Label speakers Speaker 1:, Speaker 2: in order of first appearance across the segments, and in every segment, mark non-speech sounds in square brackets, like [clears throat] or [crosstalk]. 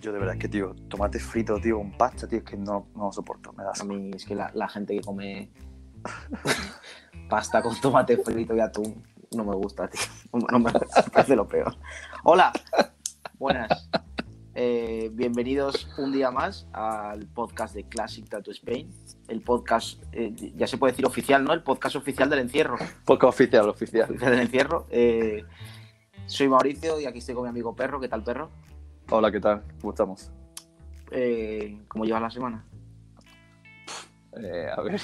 Speaker 1: Yo de verdad es que, tío, tomate frito, tío, con pasta, tío, es que no, no lo soporto, me da
Speaker 2: A
Speaker 1: asco.
Speaker 2: mí es que la, la gente que come pasta con tomate frito y atún no me gusta, tío. No me, me parece lo peor. Hola, buenas. Eh, bienvenidos un día más al podcast de Classic Tattoo Spain. El podcast, eh, ya se puede decir oficial, ¿no? El podcast oficial del encierro.
Speaker 1: Poco oficial, oficial.
Speaker 2: Oficial del encierro. Eh, soy Mauricio y aquí estoy con mi amigo Perro. ¿Qué tal, Perro?
Speaker 1: Hola, ¿qué tal? ¿Cómo estamos?
Speaker 2: Eh, ¿Cómo llevas la semana?
Speaker 1: Eh, a ver,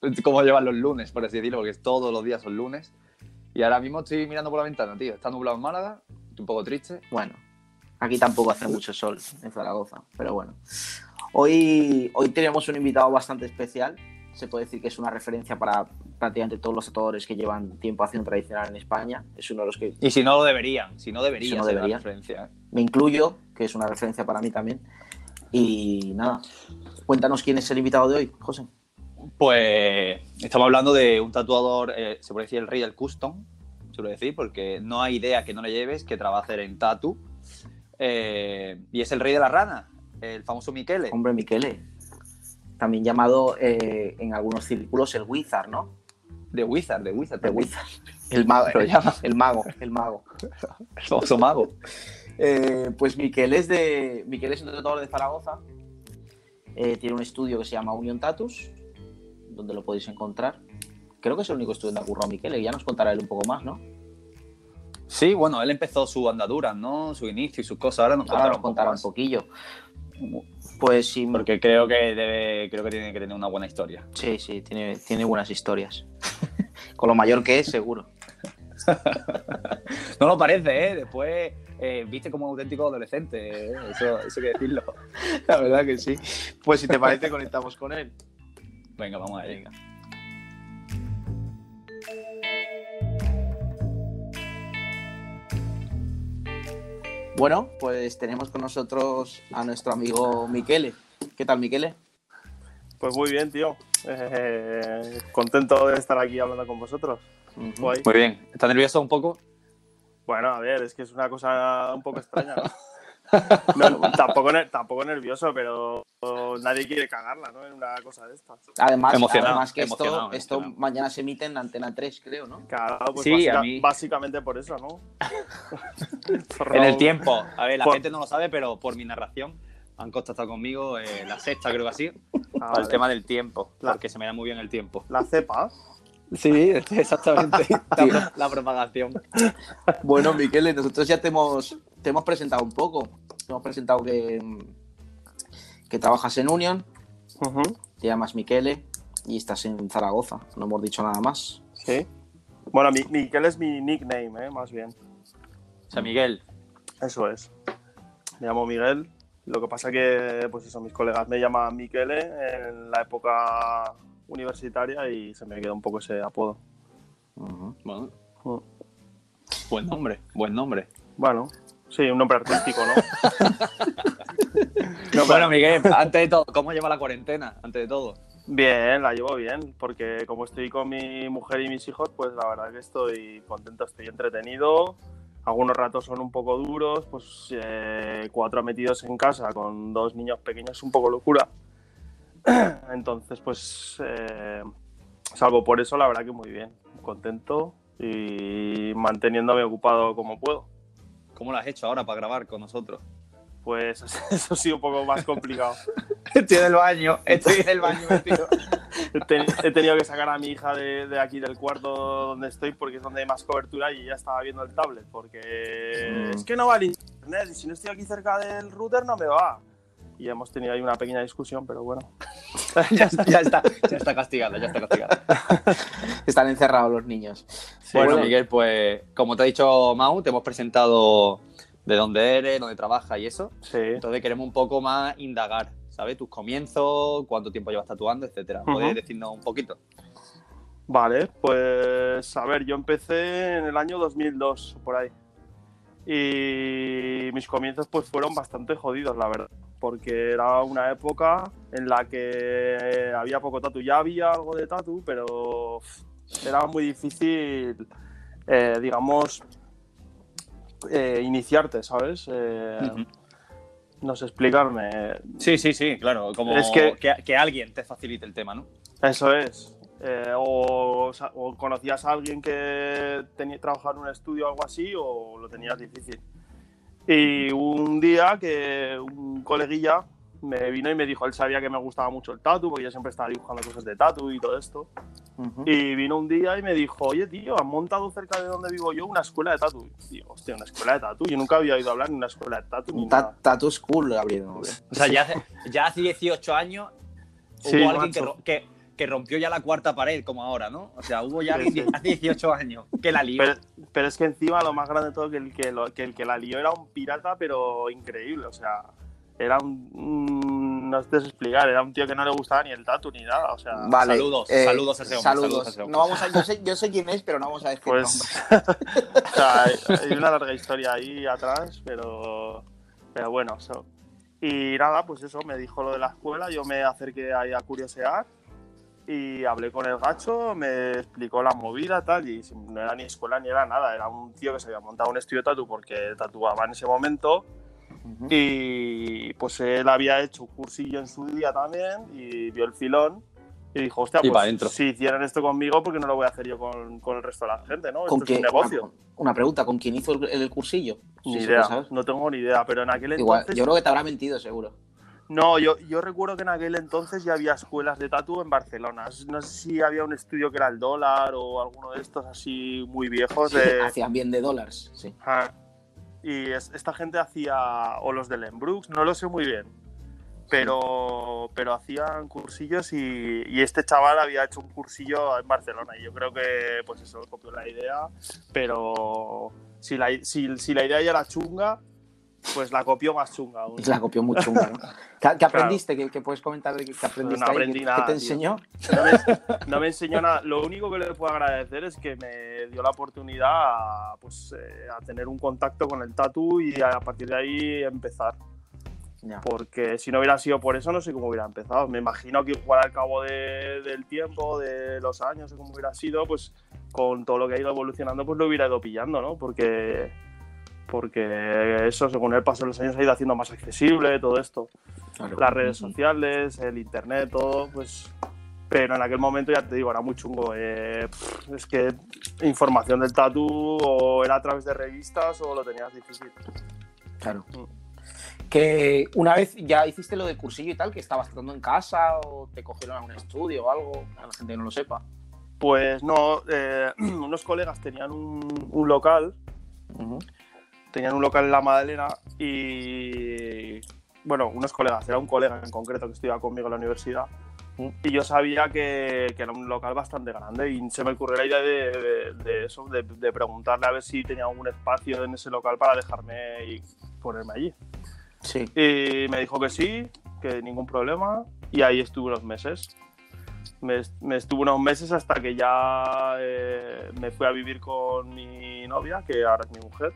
Speaker 1: [laughs] ¿cómo llevan los lunes, por así decirlo? Porque todos los días son lunes. Y ahora mismo estoy mirando por la ventana, tío. Está nublado en Málaga, estoy un poco triste.
Speaker 2: Bueno, aquí tampoco hace mucho sol en Zaragoza, pero bueno. Hoy, hoy tenemos un invitado bastante especial. Se puede decir que es una referencia para prácticamente todos los tatuadores que llevan tiempo haciendo tradicional en España. Es uno de los que
Speaker 1: Y si no lo deberían, si no deberían,
Speaker 2: Si no
Speaker 1: ser la
Speaker 2: deberían.
Speaker 1: referencia, ¿eh?
Speaker 2: me incluyo, que es una referencia para mí también. Y nada, cuéntanos quién es el invitado de hoy, José.
Speaker 1: Pues estamos hablando de un tatuador, eh, se puede decir el rey del custom, se puede decir, porque no hay idea que no le lleves que trabaje en tatu. Eh, y es el rey de la rana, el famoso Miquele.
Speaker 2: Hombre, Miquele. También llamado eh, en algunos círculos el Wizard, ¿no?
Speaker 1: De Wizard, de Wizard,
Speaker 2: El
Speaker 1: también. [laughs]
Speaker 2: Wizard. El mago,
Speaker 1: Lo
Speaker 2: [laughs]
Speaker 1: llama.
Speaker 2: el mago, el mago.
Speaker 1: El famoso mago.
Speaker 2: Eh, pues Miquel es de Miquel es un tatuador de Zaragoza. Eh, tiene un estudio que se llama Union Tatus, donde lo podéis encontrar. Creo que es el único estudio donde ha currado Miquel, y ya nos contará él un poco más, ¿no?
Speaker 1: Sí, bueno, él empezó su andadura, ¿no? Su inicio y sus cosas. Ahora nos contará
Speaker 2: Ahora nos
Speaker 1: un poco
Speaker 2: contará un
Speaker 1: más,
Speaker 2: poquillo. Pues sí,
Speaker 1: Porque creo que, debe, creo que tiene que tener una buena historia.
Speaker 2: sí, sí, tiene, tiene buenas historias. [laughs] Con lo mayor que es, seguro.
Speaker 1: No lo parece, ¿eh? Después eh, viste como un auténtico adolescente. ¿eh? Eso, eso hay que decirlo. [laughs]
Speaker 2: La verdad que sí. Pues si te parece, conectamos con él.
Speaker 1: Venga, vamos a ver.
Speaker 2: Venga. Bueno, pues tenemos con nosotros a nuestro amigo Miquele. ¿Qué tal, Miquele?
Speaker 3: Pues muy bien, tío. Eh, contento de estar aquí hablando con vosotros.
Speaker 2: Ujú.
Speaker 3: Guay.
Speaker 1: Muy bien. ¿Estás nervioso un poco?
Speaker 3: Bueno, a ver, es que es una cosa un poco extraña,
Speaker 1: [laughs]
Speaker 3: ¿no? No, tampoco, ner- tampoco nervioso, pero nadie quiere cagarla, ¿no? En una cosa de estas.
Speaker 2: Además,
Speaker 1: Emocionado,
Speaker 2: además que esto,
Speaker 1: emocionado,
Speaker 2: esto
Speaker 1: emocionado.
Speaker 2: mañana se emite en Antena 3, creo, ¿no?
Speaker 3: Claro, pues
Speaker 1: Sí,
Speaker 3: básica-
Speaker 1: a mí-
Speaker 3: básicamente por eso, ¿no?
Speaker 1: [laughs]
Speaker 3: Zorro.
Speaker 1: En el tiempo. A ver, la
Speaker 3: Por-
Speaker 1: gente no lo sabe, pero por mi narración han contactado conmigo eh, la sexta, creo que ha sido,
Speaker 3: Ah,
Speaker 1: para el
Speaker 3: vale.
Speaker 1: tema del tiempo,
Speaker 3: La-
Speaker 1: porque se me da muy bien el tiempo.
Speaker 3: La cepa.
Speaker 1: Sí, [laughs] exactamente. la, pro- la propagación.
Speaker 2: Bueno, Miquel, nosotros ya te hemos, te hemos presentado un poco. Te hemos presentado que, mm, que trabajas en Union,
Speaker 3: Ujú,
Speaker 2: te llamas Miquele y estás en Zaragoza. No hemos dicho nada más.
Speaker 3: Sí. Bueno, mi, Miquel es mi nickname, ¿eh? Más bien.
Speaker 1: O sea, Miguel,
Speaker 3: Eso es. Me llamo Miguel. Lo que pasa que, pues eso, mis colegas me llaman Miquele en la época universitaria y se me queda un poco ese apodo.
Speaker 2: Ujú.
Speaker 1: bueno,
Speaker 3: Mm.
Speaker 1: buen nombre, buen nombre.
Speaker 3: Bueno, sí, un nombre artístico, ¿no?
Speaker 1: bueno, [laughs] Miguel, antes de todo, ¿cómo lleva la cuarentena? Antes de todo.
Speaker 3: Bien, la llevo bien, porque como estoy con mi mujer y mis hijos, pues la verdad que estoy contento, estoy entretenido. Algunos ratos son un poco duros, pues eh, cuatro metidos en casa con dos niños pequeños es un poco locura. [clears throat] Entonces, pues, eh, salvo por eso, la verdad que muy bien, contento y manteniéndome ocupado como puedo.
Speaker 1: ¿Cómo lo has hecho ahora para grabar con nosotros?
Speaker 3: Pues [laughs] eso sí, un poco más complicado.
Speaker 1: Estoy del baño, estoy del baño metido.
Speaker 3: He ten- he tenido que sacar a mi hija de, de aquí del cuarto donde estoy porque es donde hay más cobertura y ya estaba viendo el tablet porque
Speaker 2: Mm.
Speaker 3: es que no va el internet y si no estoy aquí cerca del router no me va. Y hemos tenido ahí una pequeña discusión, pero bueno.
Speaker 1: [laughs] ya, ya está, ya está castigado, ya está castigado.
Speaker 2: Están encerrados los niños.
Speaker 1: bueno,
Speaker 2: bueno.
Speaker 1: Miguel, pues como te ha dicho Mau, te hemos presentado de dónde eres, dónde trabajas y eso.
Speaker 3: Sí.
Speaker 1: Entonces queremos un poco más indagar, ¿sabes? Tus comienzos, cuánto tiempo llevas tatuando, etcétera. ¿Puedes
Speaker 3: Ujú.
Speaker 1: decirnos un poquito?
Speaker 3: Vale, pues a ver, yo empecé en el año 2002, por ahí. Y mis comienzos pues fueron bastante jodidos, la verdad. Porque era una época en la que había poco tatu. Ya había algo de tatu, pero pff, era muy difícil, eh, digamos, eh, iniciarte, ¿sabes? Eh, No sé explicarme.
Speaker 1: Sí, sí, sí, claro. Como
Speaker 3: Es que-
Speaker 1: que- que alguien te facilite el tema, ¿no?
Speaker 3: Eso es. Eh, o, sa- o conocías a alguien que tenía, trabajaba en un estudio o algo así, o lo tenías difícil. Y un día que un coleguilla me vino y me dijo, él sabía que me gustaba mucho el tatu, porque yo siempre estaba dibujando cosas de tatu y todo esto.
Speaker 2: Ujú.
Speaker 3: Y vino un día y me dijo, oye tío, han montado cerca de donde vivo yo una escuela de tatu. Y digo, hostia, una escuela de tatu. Yo nunca había oído hablar de una escuela de tatu. Ni
Speaker 2: Un ta-
Speaker 3: nada.
Speaker 2: Tattoo School abriendo. hombre.
Speaker 1: O sea, ya
Speaker 3: [laughs]
Speaker 1: hace, ya hace 18 años hubo
Speaker 3: Sí,
Speaker 1: alguien que,
Speaker 3: macho.
Speaker 1: ro- que- que rompió ya la cuarta pared, como ahora, ¿no? O sea, hubo ya
Speaker 3: Sí,
Speaker 1: alguien
Speaker 3: sí.
Speaker 1: que hace 18 años que la lió.
Speaker 3: Pero, pero es que encima lo más grande de todo que el que, lo- que el que la lió era un pirata, pero increíble. O sea, era un. un- no sé explicar, era un tío que no le gustaba ni el tatu ni nada. O sea,
Speaker 2: Vale, eh,
Speaker 1: saludos, saludos a ese hombre,
Speaker 2: Saludos.
Speaker 1: saludos a ese hombre.
Speaker 2: No vamos a, yo, sé, yo sé quién es, pero no vamos a decir nombres.
Speaker 3: pues. [laughs] o sea, hay, hay una larga historia ahí atrás, pero. Pero bueno, eso. Y nada, pues eso, me dijo lo de la escuela, yo me acerqué ahí a curiosear. Y hablé con el gacho, me explicó la movida, tal, y si- no era ni escuela ni era nada, era un tío que se había montado un estudio de tatu porque tatuaba en ese momento,
Speaker 2: Ujú.
Speaker 3: Y pues él había hecho un cursillo en su día también y vio el filón y dijo, hostia,
Speaker 1: Y pa'
Speaker 3: pues
Speaker 1: dentro.
Speaker 3: si hicieran esto conmigo, porque no lo voy a hacer yo con, con el resto de la gente, ¿no?
Speaker 2: ¿Con
Speaker 3: Esto es un
Speaker 2: qué-
Speaker 3: negocio.
Speaker 2: Una, una pregunta, ¿con quién hizo el, el cursillo?
Speaker 3: Ni
Speaker 2: Sí, sí,
Speaker 3: idea,
Speaker 2: lo sabes.
Speaker 3: no tengo ni idea, pero en aquel
Speaker 2: Igual,
Speaker 3: entonces...
Speaker 2: yo creo que te habrá mentido, seguro.
Speaker 3: No, yo, yo recuerdo que en aquel entonces ya había escuelas de tatu en Barcelona. No sé si había un estudio que era el dólar o alguno de estos así muy viejos de...
Speaker 2: Hacían bien de dólares, sí.
Speaker 3: Ah. Y es- esta gente hacía, o los de Lenbrooks, no lo sé muy bien, pero, pero hacían cursillos y, y este chaval había hecho un cursillo en Barcelona y yo creo que pues eso, copió la idea, pero si la, i- si, si la idea ya era chunga, pues la copió más chunga aún.
Speaker 2: Y la copió muy
Speaker 3: [laughs]
Speaker 2: chunga, ¿no? ¿Qué, qué aprendiste? ¿Qué, qué puedes comentar de qué qué aprendiste? ahí?
Speaker 3: aprendí
Speaker 2: ¿Qué-
Speaker 3: nada,
Speaker 2: ¿Qué te
Speaker 3: tío.
Speaker 2: enseñó?
Speaker 3: No me, no me enseñó nada. Lo único que le puedo agradecer es que me dio la oportunidad a, pues, eh, a tener un contacto con el tatu y a partir de ahí empezar.
Speaker 2: Ya.
Speaker 3: Porque si no hubiera sido por eso, no sé cómo hubiera empezado. Me imagino que igual al cabo de- del tiempo, de los años o como hubiera sido, pues con todo lo que ha ido evolucionando, pues lo hubiera ido pillando, ¿no? Porque, porque eso, según el paso de los años, se ha ido haciendo más accesible todo esto
Speaker 2: Claro.
Speaker 3: las redes sociales, el internet, todo, pues. Pero en aquel momento, ya te digo, era muy chungo. eh, pff, es que información del tatu o era a través de revistas o lo tenías difícil.
Speaker 2: Claro. Que una vez ya hiciste lo del cursillo y tal, que estabas tratando en casa o te cogieron a un estudio o algo, a la gente que no lo sepa.
Speaker 3: Pues no, eh, [clears throat] unos colegas tenían un, un local, tenían un local en La Madalena y. Bueno, unos colegas, era un colega en concreto que estudiaba conmigo en la universidad. Y yo sabía que, que era un local bastante grande y se me ocurrió la idea de, de- de eso, de, de preguntarle a ver si tenía algún espacio en ese local para dejarme y ponerme allí.
Speaker 2: Sí.
Speaker 3: Y me dijo que sí, que ningún problema. Y ahí estuve unos meses. Me, est- me estuve unos meses hasta que ya eh, me fui a vivir con mi novia, que ahora es mi mujer.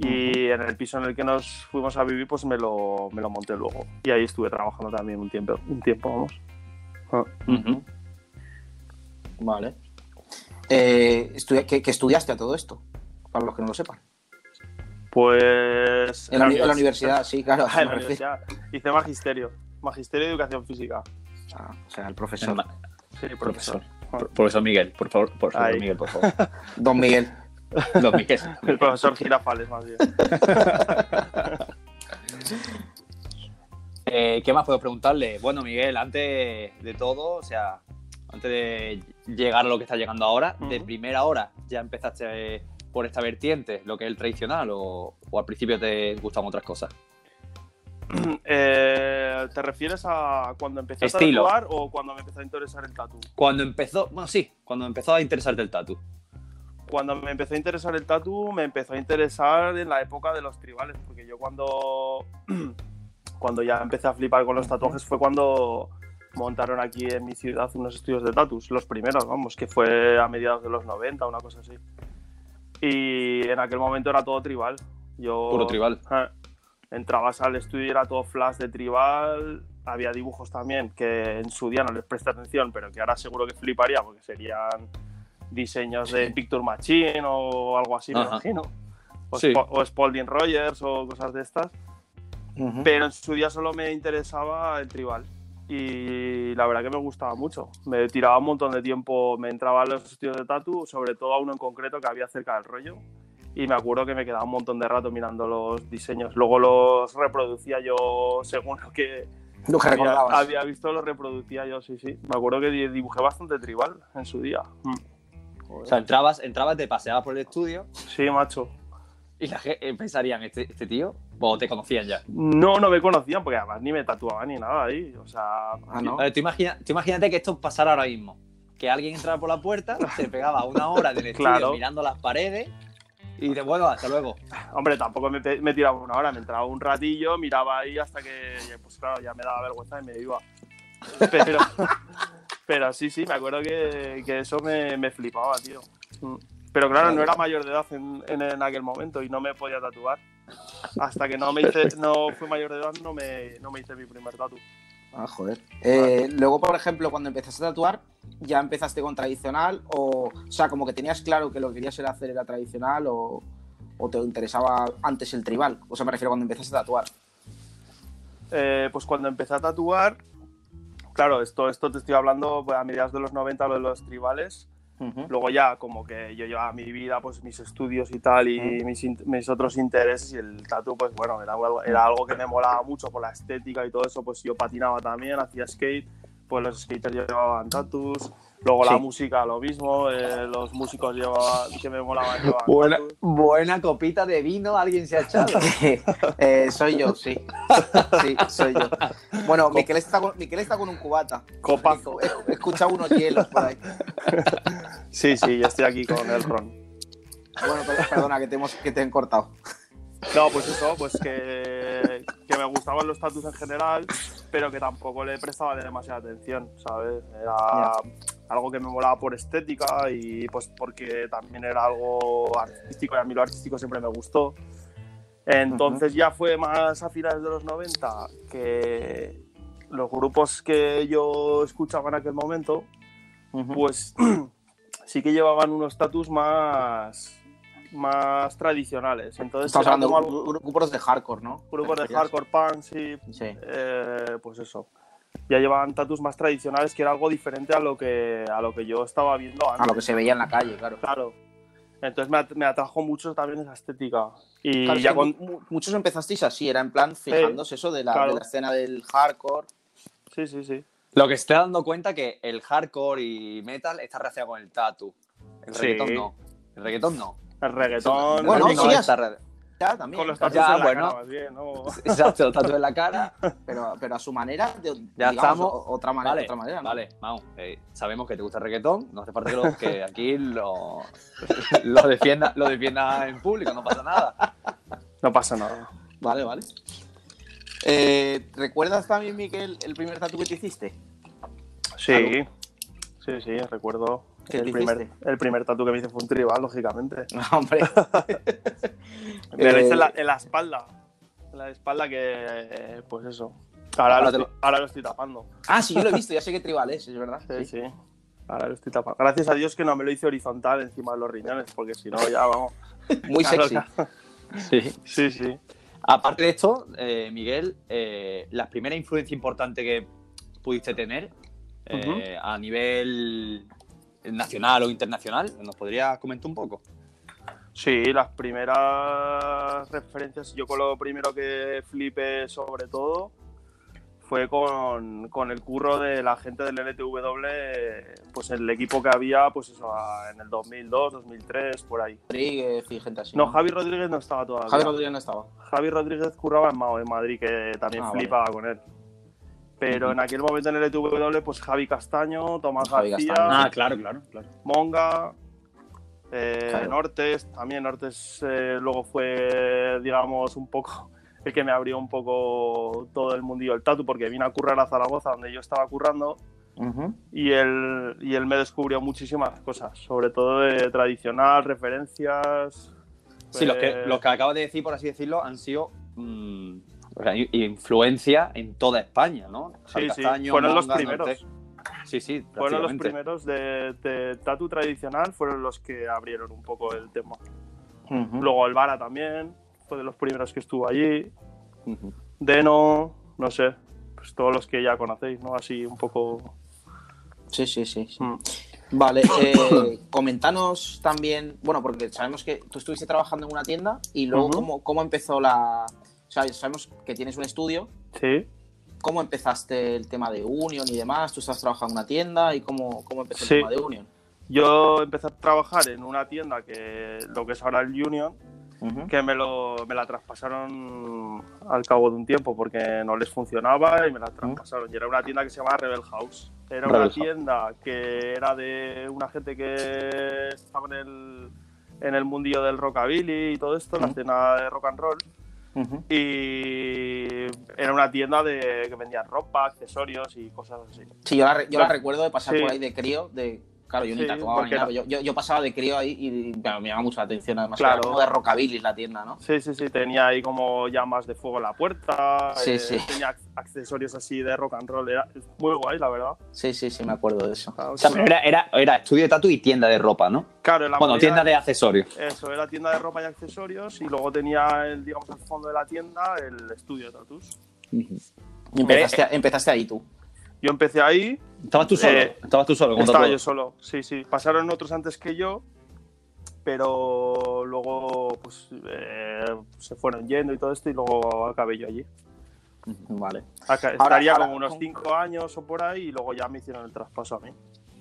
Speaker 3: Y en el piso en el que nos fuimos a vivir, pues me lo, me lo monté luego. Y ahí estuve trabajando también un tiempo, un tiempo vamos.
Speaker 1: Ujú.
Speaker 2: Vale. Eh, estudi- ¿qué, qué estudiaste a todo esto? Para los que no lo sepan.
Speaker 3: Pues...
Speaker 2: En la, uni- en la universidad, sí, claro. [laughs]
Speaker 3: Ah, [laughs] en la
Speaker 2: me refiero.
Speaker 3: universidad. Hice magisterio. Magisterio de Educación Física.
Speaker 2: Ah, o sea, el
Speaker 1: El
Speaker 2: profesor.
Speaker 1: ma-
Speaker 3: Sí, profesor.
Speaker 1: Pro- Profesor Miguel, por favor, por favor,
Speaker 3: Ahí.
Speaker 1: Miguel, por
Speaker 3: [laughs]
Speaker 1: favor.
Speaker 2: Don Miguel.
Speaker 1: Don Miguel.
Speaker 3: El profesor Girafales, más bien.
Speaker 1: Eh, ¿Qué más puedo preguntarle? Bueno, Miguel, antes de todo, o sea, antes de llegar a lo que está llegando ahora, de
Speaker 3: Ujú.
Speaker 1: primera hora ya empezaste eh, por esta vertiente, lo que es el tradicional, o, o al principio te gustaban otras cosas.
Speaker 3: Eh, ¿Te refieres a cuando empecé
Speaker 1: Estilo.
Speaker 3: a tatuar o cuando me empezó a interesar el tatu?
Speaker 1: Cuando empezó, bueno, sí, cuando empezó a interesarte el tatu.
Speaker 3: Cuando me empezó a interesar el tatu, me empezó a interesar en la época de los tribales, porque yo cuando, [clears throat] cuando ya empecé a flipar con los tatuajes fue cuando montaron aquí en mi ciudad unos estudios de tatus, los primeros, vamos, que fue a mediados de los 90, una cosa así. Y en aquel momento era todo tribal. Yo,
Speaker 1: Puro tribal.
Speaker 3: Ah, Entrabas al estudio y era todo flash de tribal. Había dibujos también que en su día no les presté atención, pero que ahora seguro que fliparía porque serían diseños de Picture Machine o algo así, me
Speaker 1: Ajá.
Speaker 3: imagino. O,
Speaker 1: Sí.
Speaker 3: Spo- o Spalding Rogers o cosas de estas.
Speaker 2: Ujú.
Speaker 3: Pero en su día solo me interesaba el tribal. Y la verdad que me gustaba mucho. Me tiraba un montón de tiempo, me entraba a los estudios de tatu, sobre todo a uno en concreto que había cerca del rollo. Y me acuerdo que me quedaba un montón de rato mirando los diseños. Luego los reproducía yo según lo que
Speaker 2: Lo que
Speaker 3: había,
Speaker 2: recordabas.
Speaker 3: había visto, los reproducía yo, sí, sí. Me acuerdo que di- dibujé bastante tribal en su día. Mm.
Speaker 1: O sea, entrabas, entrabas, te paseabas por el estudio
Speaker 3: Sí, macho.
Speaker 1: y la gente pensarían, ¿este, este tío? O te conocían ya.
Speaker 3: No, no me conocían porque además ni me tatuaba ni nada ahí. O sea,
Speaker 2: Ah, ¿no?
Speaker 1: A ver, tú, imagina- tú imagínate que esto pasara ahora mismo. Que alguien entrara por la puerta, se pegaba una hora del estudio
Speaker 3: Claro.
Speaker 1: mirando las paredes y te bueno, hasta luego.
Speaker 3: Hombre, tampoco me, pe- me tiraba una hora, me entraba un ratillo, miraba ahí hasta que, pues claro, ya me daba vergüenza y me iba. [laughs] Pero, pero sí, sí, me acuerdo que, que eso me, me flipaba, tío. Mm. Pero claro, no era mayor de edad en, en- en aquel momento y no me podía tatuar. Hasta que no me hice, no fui mayor de edad, no me, no me hice mi primer tatu.
Speaker 2: Ah, joder. Eh, Luego, por ejemplo, cuando empezaste a tatuar, ¿ya empezaste con tradicional? O, o sea, como que tenías claro que lo que querías era hacer era tradicional o, o te interesaba antes el tribal. O sea, me refiero cuando empezaste a tatuar.
Speaker 3: Eh, pues cuando empecé a tatuar, claro, esto, esto te estoy hablando pues, a mediados de los 90, lo de los tribales. Luego ya como que yo llevaba mi vida, pues mis estudios y tal, y mis, in- mis otros intereses, y el tatu, pues bueno, era, algo- era algo que me molaba mucho por la estética y todo eso, pues yo patinaba también, hacía skate, pues los skaters llevaban tatus, luego la
Speaker 2: Sí.
Speaker 3: música lo mismo, eh, los músicos llevaban, que me molaban llevaban
Speaker 1: Buena,
Speaker 3: tatus.
Speaker 1: buena copita de vino, alguien se ha echado.
Speaker 2: [laughs] Eh, soy yo, sí. Sí, soy yo. Bueno, Miquel está con, Miquel está con un cubata.
Speaker 3: Copazo.
Speaker 2: He escuchado unos hielos por ahí.
Speaker 3: Sí, sí, yo estoy aquí con el ron.
Speaker 2: Bueno, per- perdona que te, hemos, que te han cortado.
Speaker 3: No, pues eso, pues que, que me gustaban los tatus en general, pero que tampoco le prestaba demasiada atención, ¿sabes? Era algo que me molaba por estética y pues porque también era algo artístico y a mí lo artístico siempre me gustó. Entonces ya fue más a finales de los 90 que los grupos que yo escuchaba en aquel momento, pues [clears throat] sí que llevaban unos tatus más, más tradicionales. Entonces
Speaker 2: Estamos
Speaker 3: era
Speaker 2: hablando de
Speaker 3: como algo-
Speaker 2: gru- grupos de hardcore, ¿no?
Speaker 3: grupos de hardcore punk, sí,
Speaker 2: Sí.
Speaker 3: eh, pues eso. Ya llevaban tatus más tradicionales que era algo diferente a lo que, a lo que yo estaba viendo antes.
Speaker 2: A lo que se veía en la calle, claro.
Speaker 3: Claro. Entonces me, at- me atrajo mucho también esa estética. Y
Speaker 2: Claro, es
Speaker 3: ya
Speaker 2: que
Speaker 3: con...
Speaker 2: mu- muchos empezasteis así, era en plan fijándose eso de la,
Speaker 3: claro.
Speaker 2: de la escena del hardcore.
Speaker 3: Sí, sí, sí.
Speaker 1: [laughs] Lo que se está dando cuenta que el hardcore y metal está relacionado con el tatu. El
Speaker 3: Sí.
Speaker 1: reggaetón no. El reggaetón no.
Speaker 3: El reggaetón...
Speaker 2: Bueno,
Speaker 1: El reggaetón
Speaker 3: el-
Speaker 2: sí,
Speaker 1: no
Speaker 2: ya-
Speaker 1: está re-
Speaker 2: Ya, también.
Speaker 3: con los
Speaker 1: ya,
Speaker 3: tatus en la
Speaker 1: bueno.
Speaker 3: cara, más bien, ¿no?
Speaker 1: Exacto, el tatu en la
Speaker 2: [laughs]
Speaker 1: cara.
Speaker 2: Pero, pero a su manera, de-
Speaker 1: Ya
Speaker 2: digamos,
Speaker 1: estamos.
Speaker 2: o- otra manera,
Speaker 1: Vale,
Speaker 2: otra manera. ¿no?
Speaker 1: vale, vamos. eh, sabemos que te gusta el reggaetón, no hace falta que, lo- que aquí lo, [laughs] lo, defienda, lo defienda en público, no pasa nada.
Speaker 3: No pasa nada.
Speaker 2: Vale, vale. Eh, ¿Recuerdas también, Miquel, el primer tatu que te hiciste? [laughs]
Speaker 3: Sí. Sí, sí, recuerdo.
Speaker 2: ¿Qué
Speaker 3: el,
Speaker 2: te
Speaker 3: primer,
Speaker 2: hiciste?
Speaker 3: el primer tatu que me hice fue un tribal, lógicamente.
Speaker 2: Hombre,
Speaker 3: Me lo
Speaker 2: Eh,
Speaker 3: hice en la, en la espalda. En la espalda que... eh, Pues eso. Ahora,
Speaker 1: Ahora
Speaker 3: lo
Speaker 1: te
Speaker 3: estoy- ahora lo estoy tapando.
Speaker 2: Ah, sí, yo lo he visto, ya sé que tribal es, es verdad.
Speaker 3: Sí, sí. Ahora lo estoy tapando. Gracias a Dios que no me lo hice horizontal encima de los riñones, porque si no, ya vamos.
Speaker 2: Muy
Speaker 3: Claro,
Speaker 2: sexy.
Speaker 3: claro.
Speaker 1: Sí.
Speaker 3: Sí, sí.
Speaker 1: Aparte de esto, eh, Miguel, eh, la primera influencia importante que pudiste tener eh, a nivel nacional o internacional, ¿nos podrías comentar un poco?
Speaker 3: Sí, las primeras referencias, yo con lo primero que flipé sobre todo fue con, con el curro de la gente del LTW, pues el equipo que había pues eso, a- en el 2002, 2003, por ahí.
Speaker 2: Rodríguez y gente así.
Speaker 3: No, Javi Rodríguez no estaba todavía.
Speaker 2: Javi Rodríguez no estaba.
Speaker 3: Javi Rodríguez curraba en Mao en Madrid, que también
Speaker 2: Ah, vale.
Speaker 3: flipaba con él. Pero en aquel momento en el ETW, pues Javi Castaño, Tomás
Speaker 2: Javi
Speaker 3: García,
Speaker 2: Castaño. Ah,
Speaker 1: claro, claro, claro.
Speaker 3: Monga, eh,
Speaker 2: Claro.
Speaker 3: Nortes, también Nortes eh, luego fue, digamos, un poco [laughs] el que me abrió un poco todo el mundillo el tatu, porque vine a currar a Zaragoza, donde yo estaba currando, y él, y él me descubrió muchísimas cosas, sobre todo de tradicional, referencias.
Speaker 1: Sí, los que,
Speaker 3: eh,
Speaker 1: los que acabas de decir, por así decirlo, han sido mm, o sea, i- influencia en toda España, ¿no? Javi
Speaker 3: Sí, sí,
Speaker 1: Castaño,
Speaker 3: fueron los
Speaker 1: Monga,
Speaker 3: primeros.
Speaker 1: Norte. Sí, sí,
Speaker 3: Fueron los
Speaker 1: prácticamente.
Speaker 3: primeros de, de tatu tradicional, fueron los que abrieron un poco el tema. Luego el Vara también, fue de los primeros que estuvo allí.
Speaker 1: Ujú.
Speaker 3: Deno, no sé, pues todos los que ya conocéis, ¿no? Así un poco...
Speaker 2: Sí, sí, sí. sí.
Speaker 3: mm. [coughs]
Speaker 2: Vale, eh, comentanos también, bueno, porque sabemos que tú estuviste trabajando en una tienda y luego
Speaker 3: Ujú.
Speaker 2: cómo, cómo empezó la... O sea, sabemos que tienes un estudio,
Speaker 3: Sí.
Speaker 2: ¿cómo empezaste el tema de Union y demás? Tú estás trabajando en una tienda y cómo, cómo empezó
Speaker 3: Sí.
Speaker 2: el tema de Union.
Speaker 3: Yo empecé a trabajar en una tienda que lo que es ahora el Union, que me, lo, me la traspasaron al cabo de un tiempo porque no les funcionaba y me la traspasaron. Y era una tienda que se llamaba Rebel House. Era
Speaker 1: Rebel
Speaker 3: una
Speaker 1: House.
Speaker 3: tienda que era de una gente que estaba en el, en el mundillo del rockabilly y todo esto, en la
Speaker 2: Ujú.
Speaker 3: escena de rock and roll.
Speaker 2: Ujú.
Speaker 3: Y era una tienda de, que vendían ropa, accesorios y cosas así.
Speaker 2: Sí, yo la, re- yo la
Speaker 3: Claro.
Speaker 2: recuerdo de pasar
Speaker 3: Sí.
Speaker 2: por ahí de crío, de... Claro, yo ni
Speaker 3: Sí,
Speaker 2: tatuaba ni
Speaker 3: porque
Speaker 2: nada,
Speaker 3: no-
Speaker 2: pero yo, yo, yo pasaba de crío ahí y bueno, me llama mucho la atención además.
Speaker 3: Claro.
Speaker 2: Era como de rockabilly la tienda, ¿no?
Speaker 3: Sí, sí, sí, tenía ahí como llamas de fuego en la puerta,
Speaker 2: Sí,
Speaker 3: eh,
Speaker 2: sí.
Speaker 3: tenía ac- accesorios así de rock and roll, era muy guay, la verdad.
Speaker 2: Sí, sí, sí, me acuerdo de eso.
Speaker 3: Claro,
Speaker 1: O sea, pero era, era, era estudio de tatu y tienda de ropa, ¿no?
Speaker 3: Claro, en la
Speaker 1: Bueno,
Speaker 3: movida-
Speaker 1: tienda de accesorios.
Speaker 3: Eso, era tienda de ropa y accesorios y luego tenía, el, digamos, al fondo de la tienda el estudio de tatus.
Speaker 2: Y
Speaker 3: Eh,
Speaker 2: Empezaste, empezaste ahí tú.
Speaker 3: Yo empecé ahí,
Speaker 1: Estabas tú solo.
Speaker 3: Eh,
Speaker 1: Estabas tú solo. con
Speaker 3: estaba
Speaker 1: tatuador.
Speaker 3: yo solo, sí, sí. Pasaron otros antes que yo, pero luego pues eh, se fueron yendo y todo esto y luego acabé yo allí.
Speaker 2: Vale.
Speaker 3: Acá-
Speaker 2: Ahora-
Speaker 3: Estaría
Speaker 2: ahora-
Speaker 3: como unos cinco años o por ahí y luego ya me hicieron el traspaso a mí.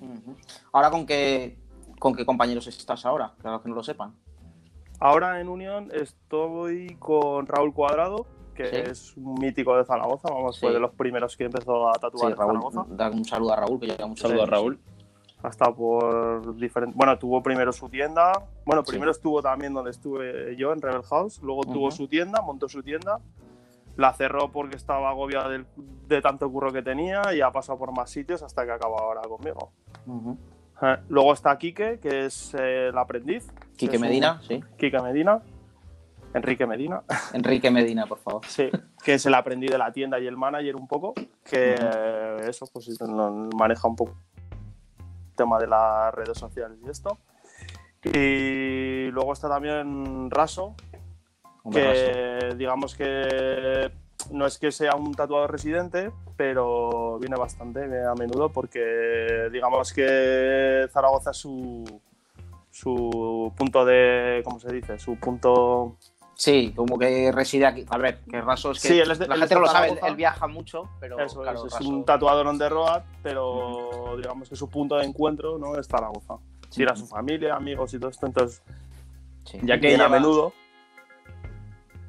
Speaker 2: Ujú. Ahora con qué con qué compañeros estás ahora, para los que no lo sepan.
Speaker 3: Ahora en Unión estoy con Raúl Cuadrado, que
Speaker 2: Sí.
Speaker 3: es un mítico de Zaragoza, vamos,
Speaker 2: Sí.
Speaker 3: fue de los primeros que empezó a tatuar
Speaker 2: Sí,
Speaker 3: en Zaragoza.
Speaker 2: Raúl, da un saludo a Raúl, que ya un
Speaker 1: Saludos,
Speaker 2: saludo.
Speaker 3: Sí.
Speaker 1: Raúl.
Speaker 3: Hasta por diferentes. Bueno, tuvo primero su tienda. Bueno,
Speaker 2: Sí.
Speaker 3: primero estuvo también donde estuve yo, en Rebel House. Luego tuvo
Speaker 2: Ujú.
Speaker 3: su tienda, montó su tienda. La cerró porque estaba agobiada del- de tanto curro que tenía y ha pasado por más sitios hasta que acaba ahora conmigo.
Speaker 2: Ujú.
Speaker 3: Eh, Luego está Quique, que es eh, el aprendiz.
Speaker 2: Quique
Speaker 3: Es un-
Speaker 2: Medina, sí.
Speaker 3: Quique Medina. Enrique Medina.
Speaker 2: Enrique Medina, por favor.
Speaker 3: Sí, que es el aprendiz de la tienda y el manager un poco, que eh, eso, pues no- maneja un poco el tema de las redes sociales y esto. Y luego está también Raso,
Speaker 1: Hombre, Raso.
Speaker 3: que digamos que no es que sea un tatuador residente, pero viene bastante a menudo porque digamos que Zaragoza es su, su punto de, ¿cómo se dice? Su punto...
Speaker 2: Sí, como que reside aquí. A ver, que Raso es que
Speaker 3: Sí, él es de-
Speaker 2: la
Speaker 3: él
Speaker 2: gente
Speaker 3: es de
Speaker 2: no lo sabe, él,
Speaker 3: Zaragoza.
Speaker 2: él viaja mucho, pero
Speaker 3: Eso
Speaker 2: claro,
Speaker 3: es, es
Speaker 2: Raso-
Speaker 3: un tatuador on the road, pero digamos que su punto de encuentro no es Zaragoza.
Speaker 2: sí.
Speaker 3: Tiene a su familia, amigos y todo esto, entonces
Speaker 2: Sí.
Speaker 1: Ya que
Speaker 3: viene a
Speaker 1: lleva-
Speaker 3: menudo,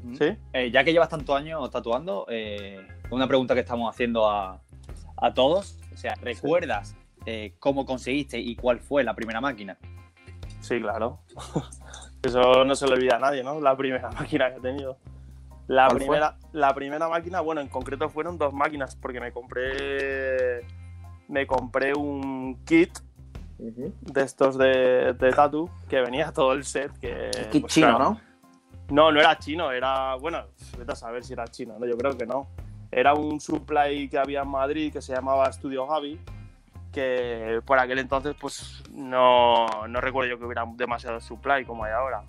Speaker 2: Ujú.
Speaker 3: ¿sí?
Speaker 1: Eh, ya que llevas tantos años tatuando, eh, una pregunta que estamos haciendo a, a todos. O sea, ¿recuerdas eh, cómo conseguiste y cuál fue la primera máquina?
Speaker 3: Sí, claro. [laughs] Eso no se le olvida a nadie, ¿no? La primera [laughs] máquina que he tenido. La
Speaker 2: ¿Cuál fue?
Speaker 3: primera, la primera máquina, bueno, en concreto fueron dos máquinas, porque me compré me compré un kit
Speaker 2: Ujú.
Speaker 3: de estos de, de tatu que venía todo el set que
Speaker 2: Kit
Speaker 3: pues,
Speaker 2: chino,
Speaker 3: claro,
Speaker 2: ¿no?
Speaker 3: No, no era chino, era. Bueno, vete a saber si era chino, ¿no? Yo creo que no. Era un supply que había en Madrid que se llamaba Studio Gabi, que por aquel entonces, pues no, no recuerdo yo que hubiera demasiado supply como hay ahora.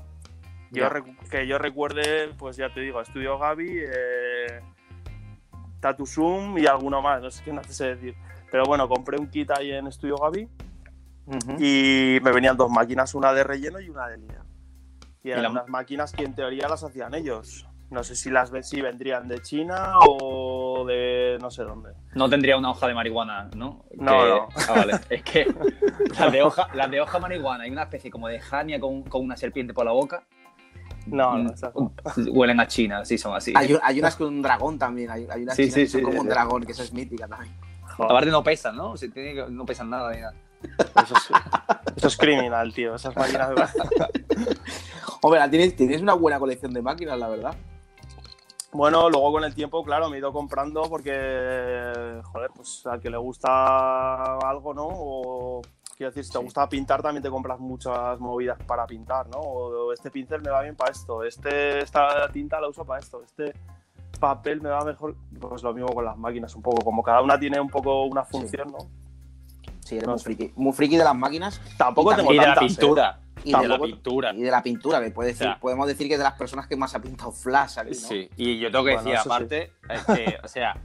Speaker 3: Yo
Speaker 2: Ya.
Speaker 3: recu- que yo recuerde, pues ya te digo, Studio Gabi, eh, Tatu Zoom y alguno más, no sé qué no te sé decir. Pero bueno, compré un kit ahí en Studio Gabi
Speaker 2: Ujú.
Speaker 3: y me venían dos máquinas, una de relleno y una de línea. Y eran
Speaker 1: la-
Speaker 3: unas máquinas que en teoría las hacían ellos. No sé si las ve- si vendrían de China o de no sé dónde.
Speaker 1: No tendría una hoja de marihuana, ¿no?
Speaker 3: No, no.
Speaker 1: Ah, vale. Es que las de hoja, las de hoja marihuana hay una especie como de jania con, con una serpiente por la boca.
Speaker 3: No,
Speaker 1: Mm,
Speaker 3: no, esas no.
Speaker 1: Huelen a China, sí, son así.
Speaker 2: Hay, hay unas con un dragón también, hay, hay unas
Speaker 1: Sí,
Speaker 2: chinas
Speaker 1: sí,
Speaker 2: que son
Speaker 1: sí,
Speaker 2: como
Speaker 1: sí,
Speaker 3: eh,
Speaker 2: un
Speaker 1: sí.
Speaker 2: dragón, que esa es mítica también.
Speaker 1: Aparte no pesan, ¿no? Se tiene que- no pesan nada ni nada.
Speaker 3: Eso es, eso es criminal, tío. Esas máquinas.
Speaker 2: Hombre, la tienes, tienes una buena colección de máquinas, la verdad.
Speaker 3: Bueno, luego con el tiempo, claro, me he ido comprando porque, joder, pues al que le gusta algo, ¿no? O quiero decir, si te
Speaker 2: Sí.
Speaker 3: gusta pintar, también te compras muchas movidas para pintar, ¿no? O este pincel me va bien para esto, este, esta tinta la uso para esto, este papel me va mejor. Pues lo mismo con las máquinas, un poco, como cada una tiene un poco una función, ¿no?
Speaker 2: Sí, eres
Speaker 3: No
Speaker 2: muy
Speaker 3: sé.
Speaker 2: friki. Muy friki de las máquinas.
Speaker 3: Tampoco
Speaker 2: Y
Speaker 3: tengo
Speaker 1: Y de la
Speaker 3: tantas, ¿eh?
Speaker 1: pintura.
Speaker 2: Y
Speaker 1: Está
Speaker 2: de,
Speaker 1: la
Speaker 2: luego-
Speaker 1: pintura.
Speaker 2: y de la pintura, que puede decir-
Speaker 1: O sea.
Speaker 2: podemos decir que es de las personas que más ha pintado Flash aquí, ¿no?
Speaker 1: Sí, y yo tengo que
Speaker 3: Bueno,
Speaker 1: decir,
Speaker 3: eso sí.
Speaker 1: aparte, es que,
Speaker 3: [laughs]
Speaker 1: o sea,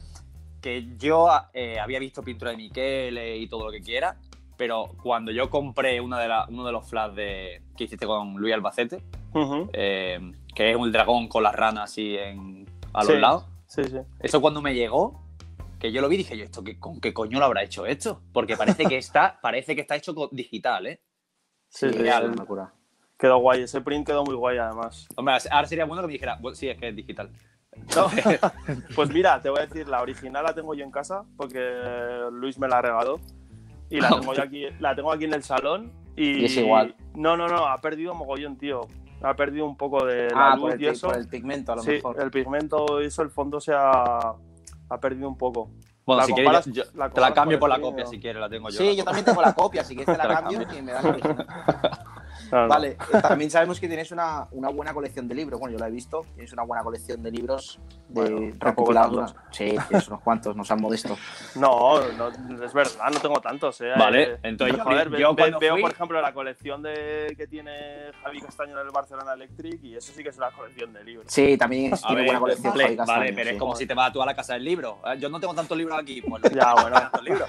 Speaker 1: que yo eh, había visto pintura de Miquel y todo lo que quiera, pero cuando yo compré una de la- uno de los flash de, que hiciste con Luis Albacete,
Speaker 3: Ujú.
Speaker 1: eh, que es un dragón con las ranas así en, a los
Speaker 3: Sí.
Speaker 1: lados,
Speaker 3: Sí, sí.
Speaker 1: eso cuando me llegó, que yo lo vi, dije yo, ¿esto qué, ¿con qué coño lo habrá hecho esto? Porque parece que
Speaker 3: [laughs]
Speaker 1: está, parece que está hecho con- digital, ¿eh?
Speaker 3: Sí, sí,
Speaker 2: es
Speaker 1: Genial.
Speaker 2: una locura.
Speaker 3: Quedó guay, ese print quedó muy guay además.
Speaker 1: Hombre, ahora sería bueno que me dijera, bueno, sí, es que es digital.
Speaker 3: No. pues mira, te voy a decir, la original la tengo yo en casa porque Luis me la regaló y la tengo yo aquí, la tengo aquí en el salón y,
Speaker 2: Y es igual.
Speaker 3: No, no, no, ha perdido mogollón, tío. Ha perdido un poco de la
Speaker 2: Ah,
Speaker 3: luz
Speaker 2: por
Speaker 3: y
Speaker 2: el, pi-
Speaker 3: eso.
Speaker 2: por el pigmento, a lo
Speaker 3: sí,
Speaker 2: mejor.
Speaker 3: el pigmento y eso, el fondo se ha, ha perdido un poco.
Speaker 1: [laughs] Bueno,
Speaker 3: La
Speaker 1: si
Speaker 3: comparas-
Speaker 1: quieres, yo-
Speaker 3: la
Speaker 1: te la
Speaker 3: comparas
Speaker 1: cambio por
Speaker 3: con el
Speaker 1: la copia
Speaker 3: primero.
Speaker 1: si quieres, la tengo yo. la
Speaker 2: Sí, yo
Speaker 1: copia.
Speaker 2: también tengo la copia, si quieres te
Speaker 1: Te
Speaker 2: la
Speaker 1: la
Speaker 2: cambio y me das la original.
Speaker 3: Claro.
Speaker 2: Vale, eh, también sabemos que tienes una, una buena colección de libros. Bueno, yo la he visto. Tienes una buena colección de libros de
Speaker 3: Bueno, tampoco
Speaker 2: recopilados. Sí, tienes unos cuantos, no sean modestos.
Speaker 3: No, no, es verdad, no tengo tantos. eh.
Speaker 1: Vale, entonces,
Speaker 3: Joder,
Speaker 1: yo
Speaker 3: ve- ve-
Speaker 1: cuando
Speaker 3: veo,
Speaker 1: fui-
Speaker 3: por ejemplo, la colección de, que tiene Javi Castaño en el Barcelona Electric y eso sí que es una colección de libros.
Speaker 2: Sí, también es-
Speaker 1: A
Speaker 2: tiene
Speaker 1: ver,
Speaker 2: buena colección.
Speaker 1: vale,
Speaker 2: Javi Castaño,
Speaker 1: vale, pero
Speaker 2: sí.
Speaker 1: es como si te vas tú a la casa del libro. Eh, Yo no tengo tantos libros aquí, pues lo-
Speaker 3: Ya, bueno.
Speaker 1: tantos libros.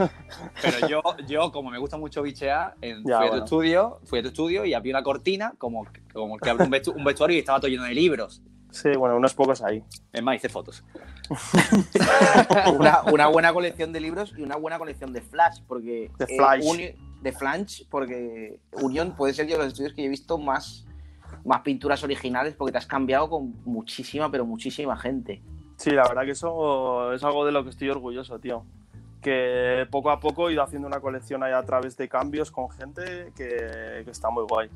Speaker 1: Pero yo, yo, como me gusta mucho bichear, en-
Speaker 3: Ya,
Speaker 1: fui, a
Speaker 3: bueno.
Speaker 1: tu estudio, fui a tu estudio y abrí una cortina, como, como que abre un, vestu- un vestuario y estaba todo lleno de libros.
Speaker 3: Sí, bueno, unos pocos ahí.
Speaker 1: Es más, hice fotos.
Speaker 2: [laughs] una, una buena colección de libros y una buena colección de flash, porque eh,
Speaker 3: De flash.
Speaker 2: de flash, porque Unión puede ser que de los estudios que yo he visto más, más pinturas originales, porque te has cambiado con muchísima, pero muchísima gente.
Speaker 3: Sí, la verdad que eso es algo de lo que estoy orgulloso, tío. Que poco a poco he ido haciendo una colección ahí a través de cambios con gente que, que está muy guay.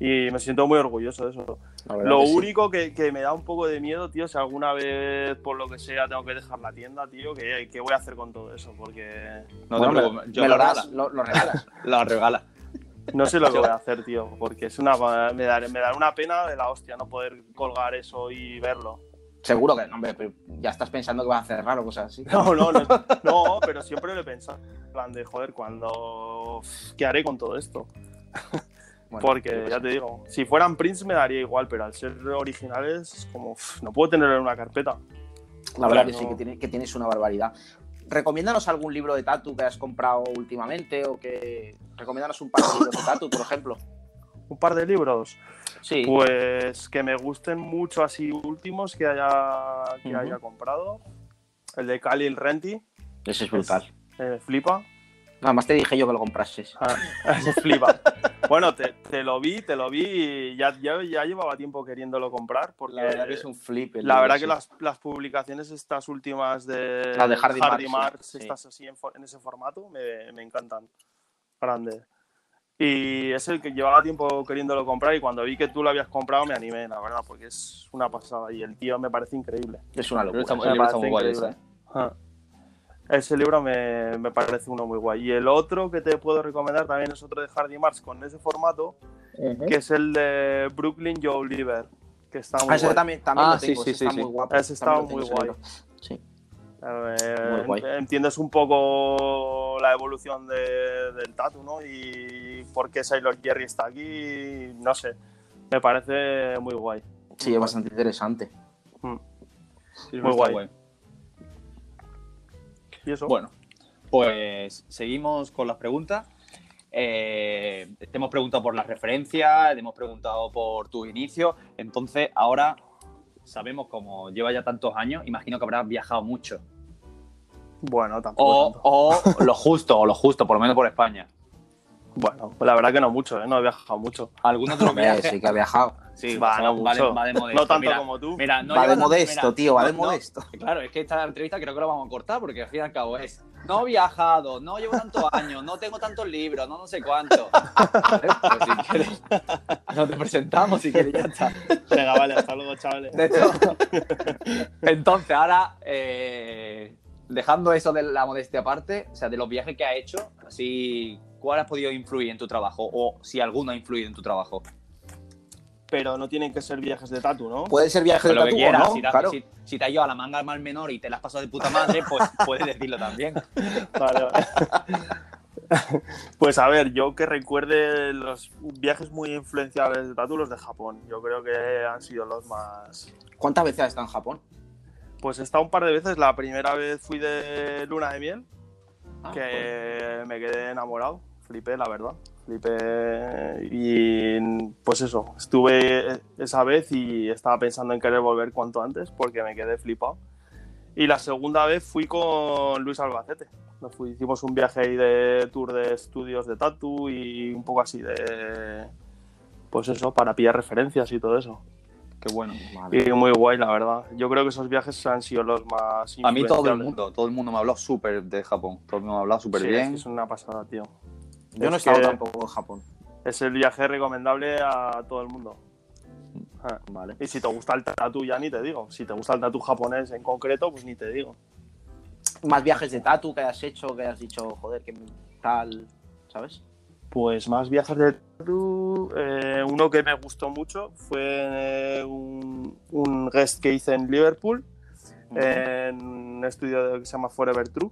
Speaker 3: Y me siento muy orgulloso de eso. Lo único que, que me da un poco de miedo, tío, si alguna vez, por lo que sea, tengo que dejar la tienda, tío, que, que voy a hacer con todo eso, porque
Speaker 1: No
Speaker 2: Bueno,
Speaker 1: te
Speaker 2: me-
Speaker 1: preocupes, yo
Speaker 2: me lo
Speaker 1: la
Speaker 2: das, lo, lo regalas.
Speaker 1: La regala.
Speaker 3: no sé lo que voy a hacer, tío, porque es una me dará me dará una pena de la hostia no poder colgar eso y verlo.
Speaker 2: Seguro que no, hombre, pero ya estás pensando que vas a cerrar o cosas así.
Speaker 3: No, no,
Speaker 2: [laughs]
Speaker 3: no, no, pero siempre lo he pensado, en plan de joder, cuando ¿qué haré con todo esto?
Speaker 2: Bueno,
Speaker 3: Porque ya te digo, si fueran prints me daría igual, pero al ser originales es como "Uf, no puedo tenerlo en una carpeta.
Speaker 2: La verdad
Speaker 3: Claro.
Speaker 2: que sí, que tienes, que tienes una barbaridad. Recomiéndanos algún libro de Tatu que has comprado últimamente o que. Recomiéndanos un par de libros de Tatu, por ejemplo.
Speaker 3: Un par de libros.
Speaker 2: Sí.
Speaker 3: Pues que me gusten mucho así últimos que haya, que
Speaker 2: Ujú.
Speaker 3: haya comprado. El de Khalil Renti,
Speaker 2: Ese es brutal.
Speaker 3: eh, flipa.
Speaker 2: Nada más te dije yo que lo comprases.
Speaker 3: [laughs] Ah, ese flipa. bueno, te, te lo vi, te lo vi y ya, ya, ya llevaba tiempo queriéndolo comprar. Porque
Speaker 2: La verdad que es un flip. el
Speaker 3: la
Speaker 2: libro,
Speaker 3: verdad
Speaker 2: sí.
Speaker 3: que las, las publicaciones estas últimas de,
Speaker 2: Las de Hardy Marx,
Speaker 3: Marx,
Speaker 2: sí.
Speaker 3: estas así en, fo- en ese formato, me, me encantan. Grande. Y es el que llevaba tiempo queriéndolo comprar y cuando vi que tú lo habías comprado me animé, la verdad, porque es una pasada y el tío me parece increíble.
Speaker 2: Es una locura.
Speaker 1: Pero estamos-
Speaker 3: Me
Speaker 1: El libro
Speaker 3: parece
Speaker 1: está muy guay
Speaker 3: increíble. Ah. Ese libro me, me parece uno muy guay. Y el otro que te puedo recomendar también es otro de Hardy Marx con ese formato,
Speaker 2: Eh,
Speaker 3: que es el de Brooklyn Joe Oliver, que está muy
Speaker 2: Ah, ese
Speaker 3: guay.
Speaker 2: también, también
Speaker 1: Ah,
Speaker 2: lo tengo,
Speaker 1: sí, sí,
Speaker 2: ese
Speaker 1: sí,
Speaker 2: está
Speaker 1: sí.
Speaker 2: muy guapo.
Speaker 3: Ese está
Speaker 2: también lo
Speaker 3: muy
Speaker 2: tengo, ese
Speaker 3: guay.
Speaker 2: libro. Sí.
Speaker 3: Eh,
Speaker 2: Muy guay.
Speaker 3: entiendes un poco la evolución de- del tatu, ¿no? Y por qué Sailor Jerry está aquí, no sé. Me parece muy guay.
Speaker 2: Sí, es bastante interesante.
Speaker 3: Muy guay.
Speaker 1: Bueno,
Speaker 3: ¿Y eso?
Speaker 1: Bueno, pues seguimos con las preguntas. Eh, te hemos preguntado por las referencias, te hemos preguntado por tus inicios. Entonces, ahora sabemos como lleva ya tantos años, imagino que habrás viajado mucho.
Speaker 3: Bueno, tampoco.
Speaker 1: O,
Speaker 3: tanto.
Speaker 1: o lo justo, o lo justo, por lo menos por España.
Speaker 3: Bueno, la verdad que no mucho, ¿eh? No he viajado mucho.
Speaker 1: Algún [laughs] otro
Speaker 2: Hombre,
Speaker 1: viaje.
Speaker 2: sí que ha viajado.
Speaker 1: Sí,
Speaker 3: Va,
Speaker 1: o sea,
Speaker 3: no
Speaker 1: de-
Speaker 3: mucho.
Speaker 1: va de modesto.
Speaker 3: no tanto
Speaker 1: mira.
Speaker 3: como tú.
Speaker 1: Mira, no
Speaker 2: va de
Speaker 1: lleva tanto-
Speaker 2: modesto,
Speaker 1: mira,
Speaker 2: tío, va
Speaker 1: no-
Speaker 2: de
Speaker 1: no-
Speaker 2: modesto.
Speaker 1: Claro, es que esta entrevista creo que la vamos a cortar porque al fin y al cabo es no he viajado, no llevo tantos años, no tengo tantos libros, no no sé cuánto. [laughs] Pues si quieres, nos te presentamos si quieres, ya está.
Speaker 3: [laughs] Venga, vale, hasta luego, chavales.
Speaker 1: De hecho, entonces, ahora, eh, dejando eso de la modestia aparte, o sea, de los viajes que has hecho, así, ¿cuál has podido influir en tu trabajo? O si alguno ha influido en tu trabajo.
Speaker 3: Pero no tienen que ser viajes de tatu, ¿no?
Speaker 1: Pues-
Speaker 2: Puede ser viaje de
Speaker 1: lo que
Speaker 2: tatu o
Speaker 1: quieras,
Speaker 2: no,
Speaker 1: si, te,
Speaker 2: claro.
Speaker 1: si- si te has ido a la manga al [laughs] mal menor y te la has pasado de puta madre, pues puedes decirlo también.
Speaker 3: Vale, vale. Pues a ver, yo que recuerde los viajes muy influenciables de Tatu, los de Japón. Yo creo que han sido los más.
Speaker 2: ¿Cuántas veces has estado en Japón?
Speaker 3: Pues he estado un par de veces. La primera vez fui de luna de miel,
Speaker 2: Ah, joder.
Speaker 3: que me quedé enamorado. Flipé, la verdad. Flipé. Y pues eso, estuve esa vez y estaba pensando en querer volver cuanto antes porque me quedé flipado. Y la segunda vez fui con Luis Albacete. Nos fui- hicimos un viaje ahí de tour de estudios de tatu y un poco así de. Pues eso, para pillar referencias y todo eso.
Speaker 1: Qué bueno.
Speaker 2: Madre
Speaker 3: Y muy guay, la verdad. Yo creo que esos viajes han sido los más.
Speaker 1: A mí todo el
Speaker 3: influenciables.
Speaker 1: mundo, todo el mundo me ha hablado súper de Japón. Todo el mundo me ha hablado súper
Speaker 3: Sí, es,
Speaker 1: bien.
Speaker 3: que es una pasada, tío.
Speaker 2: Yo no he
Speaker 3: Es que
Speaker 2: estado tampoco en Japón.
Speaker 3: Es el viaje recomendable a todo el mundo. Ah,
Speaker 2: Vale.
Speaker 3: Y si te gusta el tatu, ya ni te digo. Si te gusta el tatu japonés en concreto, pues ni te digo.
Speaker 2: Más viajes de tatu que hayas hecho, que hayas dicho, joder, que tal, ¿sabes?
Speaker 3: Pues más viajes de tatu. eh, uno que me gustó mucho fue eh, un, un guest que hice en Liverpool, en un estudio que se llama Forever True.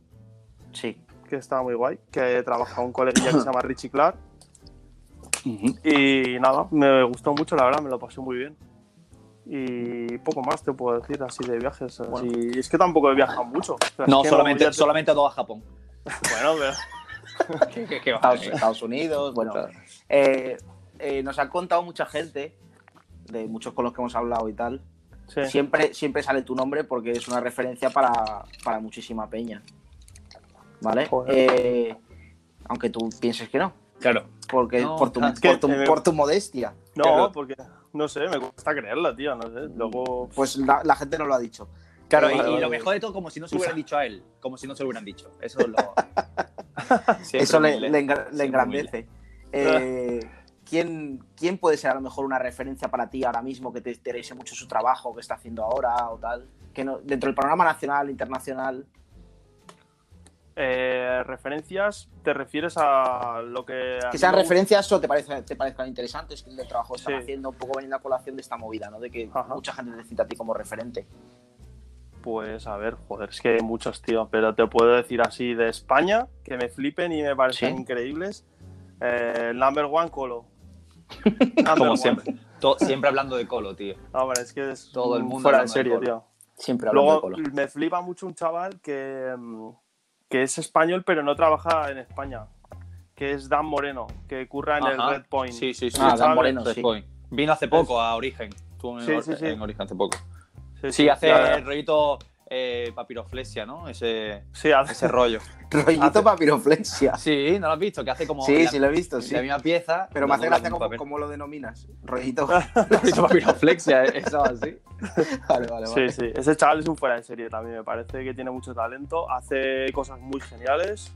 Speaker 2: Sí.
Speaker 3: que está muy guay, que trabaja un coleguilla que se llama Richie Clark. Y nada, me gustó mucho, la verdad, me lo pasé muy bien. Y poco más te puedo decir así de viajes. así. Y es que tampoco he viajado mucho. O sea, es
Speaker 1: No,
Speaker 3: que
Speaker 1: solamente,
Speaker 3: voy a-
Speaker 1: solamente todo a Japón.
Speaker 3: Bueno, pero-
Speaker 2: Estados, Estados Unidos, bueno. Eh, eh, nos han contado mucha gente, de muchos con los que hemos hablado y tal.
Speaker 3: sí.
Speaker 2: Siempre, siempre sale tu nombre porque es una referencia para, para muchísima peña. ¿Vale?
Speaker 3: Joder.
Speaker 2: Eh, aunque tú pienses que no.
Speaker 1: Claro.
Speaker 2: Porque
Speaker 1: No,
Speaker 2: por, tu,
Speaker 1: es eh,
Speaker 3: que
Speaker 2: por tu-
Speaker 3: te veo-
Speaker 2: por tu modestia.
Speaker 3: No,
Speaker 1: claro.
Speaker 3: porque no sé, me cuesta creerla, tío. No sé. Luego.
Speaker 2: Pues la, la gente no lo ha dicho.
Speaker 1: Claro,
Speaker 2: Eh,
Speaker 1: y,
Speaker 2: vale,
Speaker 1: y
Speaker 2: vale.
Speaker 1: lo mejor de todo, como si no se hubieran dicho a él. Como si no se lo hubieran dicho. Eso es lo. [laughs] Siempre
Speaker 2: Eso le,
Speaker 1: humilde.
Speaker 2: le engra- le
Speaker 1: Siempre
Speaker 2: engrandece. Eh, ¿quién, ¿Quién puede ser a lo mejor una referencia para ti ahora mismo que te interese mucho su trabajo que está haciendo ahora o tal? Que no- dentro del panorama nacional, internacional.
Speaker 3: eh, referencias, ¿te refieres a lo que. a
Speaker 2: Que
Speaker 3: mí
Speaker 2: sean
Speaker 3: me gusta?
Speaker 2: referencias o te, parece, te parezcan interesantes, que el trabajo que están
Speaker 3: Sí.
Speaker 2: haciendo, un poco veniendo a colación de esta movida, ¿no? De que
Speaker 3: Ajá.
Speaker 2: mucha gente te cita a ti como referente.
Speaker 3: Pues a ver, joder, es que hay muchos, tío, pero te puedo decir así de España, que me flipen y me parecen
Speaker 2: Sí.
Speaker 3: increíbles. Eh, number one Colo. Number
Speaker 1: [laughs] Como
Speaker 3: one.
Speaker 1: siempre. To- siempre hablando de Colo, tío.
Speaker 3: Hombre, es que es
Speaker 1: Todo el mundo
Speaker 3: fuera de
Speaker 1: hablando de
Speaker 3: serio,
Speaker 1: Colo.
Speaker 3: tío.
Speaker 2: Siempre
Speaker 3: Luego mm, me flipa mucho un chaval que, mm, que es español pero no trabaja en España, que es Dan Moreno, que curra en
Speaker 1: Ajá.
Speaker 3: el Red Point.
Speaker 1: Sí, sí, sí.
Speaker 2: Ah,
Speaker 3: ¿sabes?
Speaker 2: Dan Moreno,
Speaker 1: Red
Speaker 2: sí.
Speaker 1: Point. Vino hace poco a Origen. Estuvo en,
Speaker 3: Sí, sí, sí.
Speaker 1: en Origen hace poco.
Speaker 3: Sí,
Speaker 1: Sí, hace
Speaker 3: ya,
Speaker 1: el
Speaker 3: ya.
Speaker 1: rollito eh, papiroflesia, ¿no? Ese,
Speaker 3: Sí, hace-
Speaker 1: ese [laughs] rollo.
Speaker 2: Rollito papiroflexia.
Speaker 1: Sí, ¿no lo has visto? Que hace como
Speaker 2: Sí,
Speaker 1: la,
Speaker 2: sí, lo he visto, sí.
Speaker 1: la misma pieza.
Speaker 2: Pero me hace
Speaker 1: dobla
Speaker 2: gracia
Speaker 1: en un
Speaker 2: cómo,
Speaker 1: papel.
Speaker 2: cómo lo denominas. Rollito. [laughs]
Speaker 1: [laughs] Rollito papiroflexia, eh, eso así.
Speaker 2: vale, vale,
Speaker 3: Sí,
Speaker 2: vale.
Speaker 3: sí. Ese chaval es un fuera de serie también, me parece que tiene mucho talento, hace cosas muy geniales.